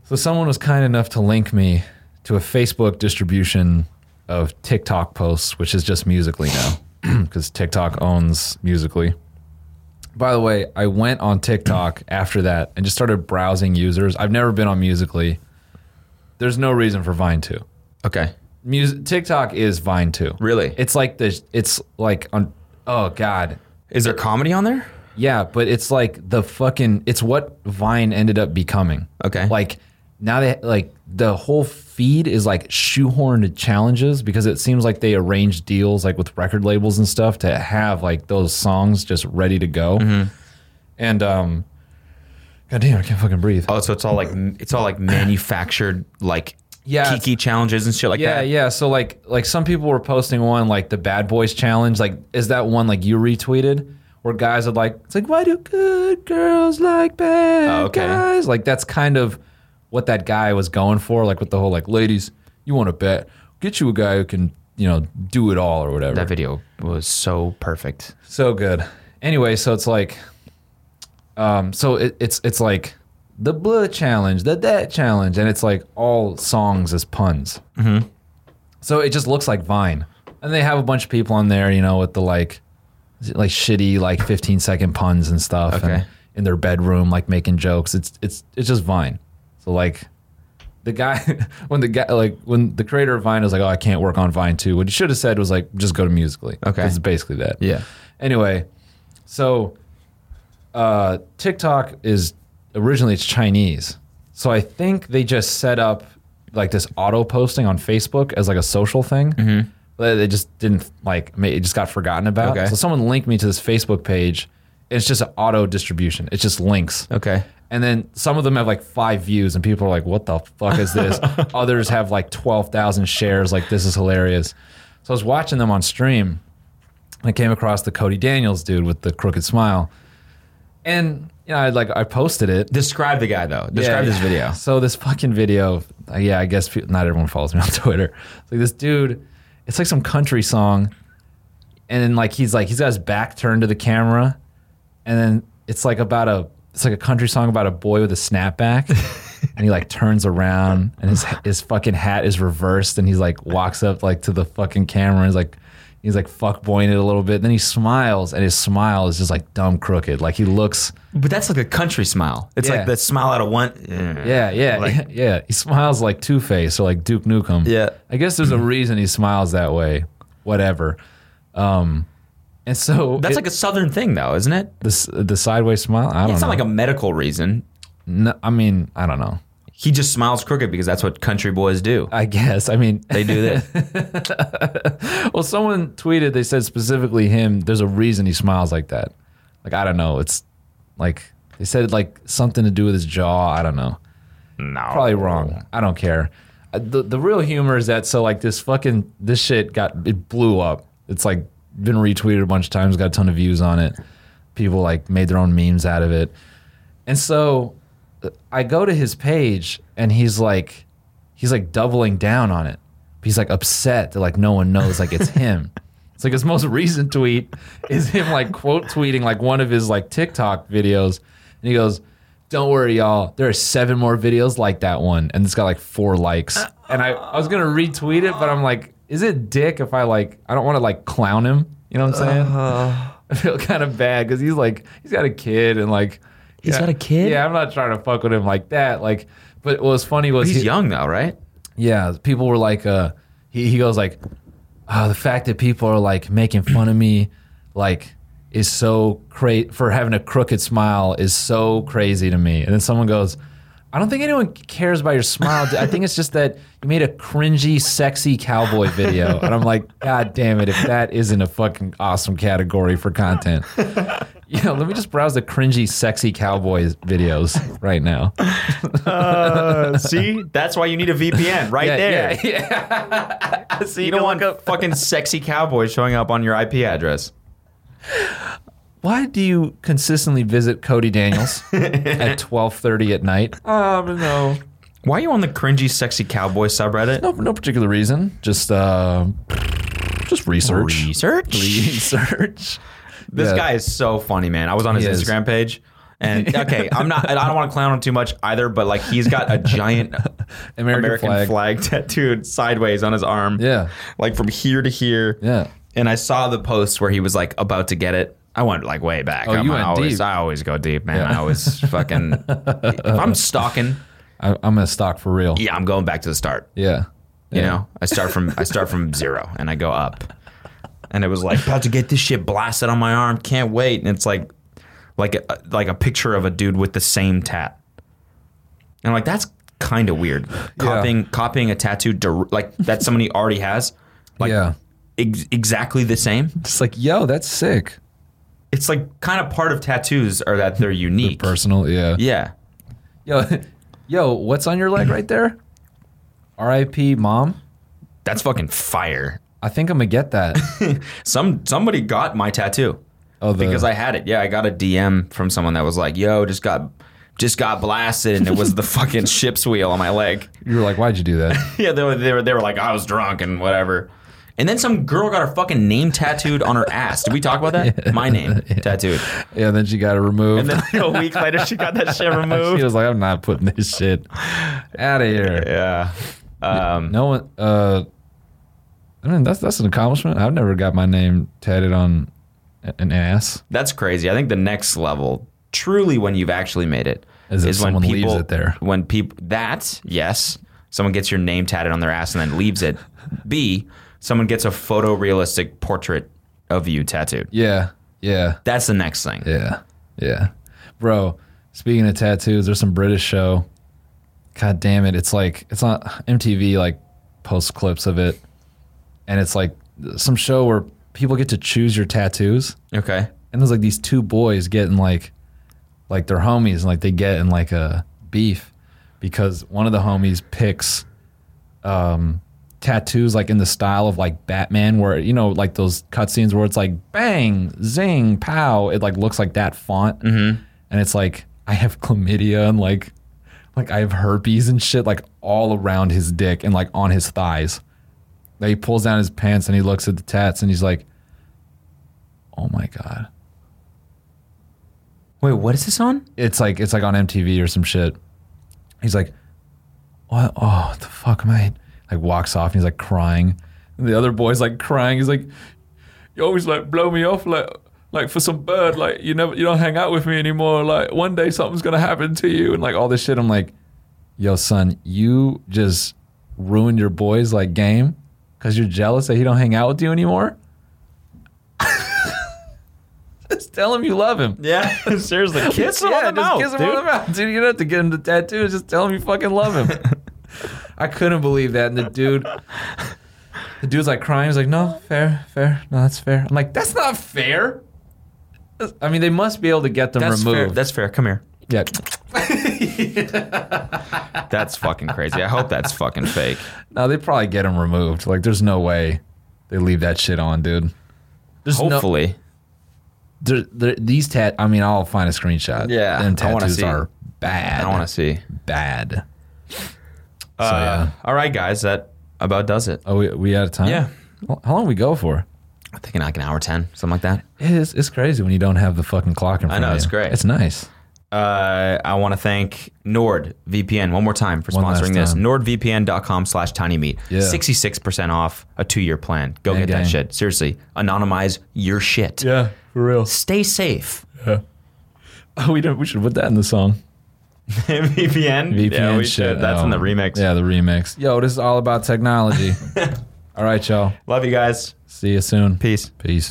B: So someone was kind enough to link me to a Facebook distribution of TikTok posts, which is just Musically now, because TikTok owns Musically. By the way, I went on TikTok after that and just started browsing users. I've never been on Musically. There's no reason for Vine to.
A: Okay.
B: Music TikTok is Vine too.
A: Really?
B: It's like the it's like on oh god.
A: Is there comedy on there?
B: Yeah, but it's like the fucking it's what Vine ended up becoming.
A: Okay.
B: Like now they like the whole feed is like shoehorned challenges because it seems like they arrange deals like with record labels and stuff to have like those songs just ready to go. And um God damn, I can't fucking breathe.
D: Oh, so it's all like it's all like manufactured like
B: Yeah,
D: kiki challenges and shit like
B: Yeah,
D: that.
B: yeah. So like like some people were posting one like the Bad Boys challenge. Like is that one like you retweeted where guys are like it's like why do good girls like bad
D: Oh, okay.
B: guys? Like that's kind of what that guy was going for. Like with the whole like ladies, you want to bet get you a guy who can you know do it all or whatever.
D: That video was so perfect.
B: So good. Anyway, so it's like, um, so it, it's it's like the blood challenge, the that challenge, and it's like all songs as puns. Mm-hmm. So it just looks like Vine, and they have a bunch of people on there, you know, with the like, is it like shitty like fifteen second puns and stuff,
D: Okay.
B: and in their bedroom like making jokes. It's it's it's just Vine. So like. The guy, when the guy, like when the creator of Vine was like, "Oh, I can't work on Vine too," what he should have said was like, "Just go to Musically."
D: Okay.
B: it's basically that.
D: Yeah.
B: Anyway, so uh, TikTok is originally it's Chinese, so I think they just set up like this auto posting on Facebook as like a social thing. Mm-hmm. But they just didn't like ma- it; just got forgotten about.
D: Okay.
B: So someone linked me to this Facebook page. It's just an auto distribution. It's just links.
D: Okay.
B: And then some of them have like five views, and people are like, "What the fuck is this?" Others have like twelve thousand shares. Like this is hilarious. So I was watching them on stream, and I came across the Cody Daniels dude with the crooked smile, and you know, I like I posted it.
D: Describe the guy though. Describe
B: Yeah.
D: this video.
B: So this fucking video, uh, yeah, I guess pe- not everyone follows me on Twitter. It's like this dude, it's like some country song, and then like he's like he's got his back turned to the camera, and then it's like about a it's like a country song about a boy with a snapback, and he like turns around and his his fucking hat is reversed, and he's like walks up like to the fucking camera, and he's like. He's like fuck boying it a little bit. Then he smiles, and his smile is just like dumb crooked. Like he looks
D: But that's like a country smile. It's
B: Yeah.
D: like the smile out of one.
B: yeah, yeah, yeah. He smiles like Two Face or like Duke Nukem.
D: Yeah.
B: I guess there's a reason he smiles that way. Whatever. Um, and so
D: That's
B: it-
D: like a southern thing though, isn't it?
B: the s- the sideways smile. I don't
D: It's
B: know.
D: not like a medical reason.
B: No, I mean, I don't know.
D: He just smiles crooked because that's what country boys do.
B: I guess. I mean,
D: They do this.
B: well, someone tweeted. They said specifically him. There's a reason he smiles like that. Like I don't know. It's like they said like something to do with his jaw. I don't know.
D: no.
B: probably wrong. I don't care. Uh, The the real humor is that so like this fucking this shit got it blew up. It's like been retweeted a bunch of times, got a ton of views on it. People like made their own memes out of it. And so uh, I go to his page and he's like he's like doubling down on it. He's like upset that like no one knows like it's him. It's like his most recent tweet is him like quote tweeting like one of his like TikTok videos, and he goes, "Don't worry, y'all. There are seven more videos like that one, and it's got like four likes." And I, I was gonna retweet it, but I'm like, is it dick if I like? I don't want to like clown him. You know what I'm saying?
D: Uh-huh.
B: I feel kind of bad because he's like he's got a kid and like he's
D: got a kid?
B: Yeah, I'm not trying to fuck with him like that. Like, but what was funny was
D: He's
B: he-
D: young though, right?
B: yeah, people were like, uh, he, he goes like, oh, the fact that people are like making fun of me, like, is so crazy for having a crooked smile is so crazy to me. And then someone goes, I don't think anyone cares about your smile. I think it's just that you made a cringy, sexy cowboy video. And I'm like, God damn it, if that isn't a fucking awesome category for content. You know, let me just browse the cringy, sexy cowboy videos right now.
A: Uh, See, that's why you need a VPN right
B: Yeah,
A: there.
B: yeah, yeah.
A: So you don't want fucking sexy cowboys showing up on your IP address.
B: why do you consistently visit Cody Daniels at 12:30 at night? Um, no,
A: Why are you on the cringy sexy cowboy subreddit?
B: no, no particular reason. Just uh, just research.
A: Research.
B: Research.
A: This
B: Yeah.
A: guy is so funny, man. I was on his
B: He is.
A: Instagram page And okay, I'm not. I don't want to clown him too much either, but like he's got a giant
B: American
A: American,
B: flag.
A: flag. tattooed sideways on his arm.
B: Yeah.
A: like from here to here.
B: Yeah.
A: And I saw the post where he was like about to get it. I went like way back.
B: Oh,
A: I'm
B: you went
A: always,
B: deep.
A: I always go deep, man. I always fucking. if I'm stalking,
B: I, I'm gonna stock for real.
A: yeah, I'm going back to the start.
B: Yeah.
A: You know, I start from I start from zero and I go up. And it was like about to get this shit blasted on my arm. Can't wait. And it's like like a, like a picture of a dude with the same tat. And I'm like that's kind of weird. Copying copying a tattoo dir- like that somebody already has. Like
B: yeah.
A: ex- exactly the same.
B: It's like, yo, that's sick.
A: It's like kind of part of tattoos are that they're unique.
B: Personal. Yeah.
A: yeah.
B: Yo, yo, what's on your leg right there? R.I.P. Mom.
A: That's fucking fire.
B: I think I'm gonna get that.
A: Some somebody got my tattoo.
B: Oh, the,
A: because I had it. Yeah, I got a DM from someone that was like, "Yo, just got just got blasted," and it was the fucking ship's wheel on my leg.
B: you were like, why'd you do that?
A: Yeah, they were, they were they were like, "I was drunk and whatever." And then some girl got her fucking name tattooed on her ass. Did we talk about that? My name tattooed.
B: yeah. Then she got it removed.
A: And then a week later, she got that shit removed.
B: she was like, I'm not putting this shit out of here.
A: yeah. Um,
B: No one. Uh, I mean, that's that's an accomplishment. I've never got my name tatted on a- an ass.
A: That's crazy. I think the next level, truly, when you've actually made it,
B: Is if someone leaves it there.
A: When people that yes, someone gets your name tatted on their ass and then leaves it. B, someone gets a photorealistic portrait of you tattooed.
B: Yeah. Yeah.
A: That's the next thing.
B: Yeah. Yeah. Bro, speaking of tattoos, there's some British show. God damn it. It's like it's on MTV like posts clips of it. And it's like some show where people get to choose your tattoos.
A: Okay.
B: And there's like these two boys getting like like their homies and like they get in like a beef because one of the homies picks um tattoos like in the style of like Batman where you know like those cutscenes where it's like bang zing pow it like looks like that font mm-hmm. and it's like I have chlamydia and like like I have herpes and shit like all around his dick and like on his thighs like he pulls down his pants and he looks at the tats and he's like oh my god
A: Wait, what is this on?
B: it's like it's like on MTV or some shit. He's like, "What? Oh, what the fuck, mate!" Like walks off and he's like crying. And the other boy's like crying. He's like,
F: you always like blow me off like like for some bird like you never you don't hang out with me anymore like one day something's gonna happen to you
B: and like all this shit. I'm like, "Yo, son, you just ruined your boy's like game because you're jealous that he don't hang out with you anymore." just tell him you love him.
A: Yeah, seriously, kiss him
B: yeah,
A: on the
B: just
A: mouth,
B: kiss him
A: dude.
B: on the mouth, dude. You don't have to get him the tattoos. Just tell him you fucking love him. I couldn't believe that, and the dude, the dude's like crying. He's like, "No, fair, fair. No, that's fair." I'm like, "That's not fair." That's- I mean, they must be able to get them
A: That's fair.
B: removed.
A: That's fair. Come here.
B: yeah,
A: That's fucking crazy. I hope that's fucking fake.
B: no, they probably get them removed. Like, there's no way they leave that shit on, dude. There's no,
A: Hopefully.
B: there, there, these tat. I mean, I'll find a screenshot.
A: Yeah,
B: them
A: I wanna
B: tattoos
A: see.
B: are bad.
A: I want to see.
B: bad.
A: Uh, All right, guys, that about does it.
B: Oh, we we out of time.
A: Yeah.
B: How- How long we go for?
A: I'm thinking like an hour ten, something like that.
B: It is, it's crazy when you don't have the fucking clock in front of
A: know,
B: you.
A: it's great.
B: It's nice.
A: Uh, I want to thank NordVPN one more time for
B: One last
A: sponsoring this.
B: time.
A: NordVPN.com slash tinymeat.
B: Yeah.
A: 66% off a two-year plan. Go
B: Gang,
A: get
B: gang.
A: that shit. Seriously, anonymize your shit.
F: yeah for real
A: Stay safe.
B: Oh, we don't. We should put that in the song.
A: VPN?
B: VPN
A: yeah, we
B: shit.
A: should. That's in the
B: Oh,
A: remix.
B: Yeah, the remix. Yo, this is all about technology. all right, y'all.
A: Love you guys.
B: See you soon.
A: Peace.
B: Peace.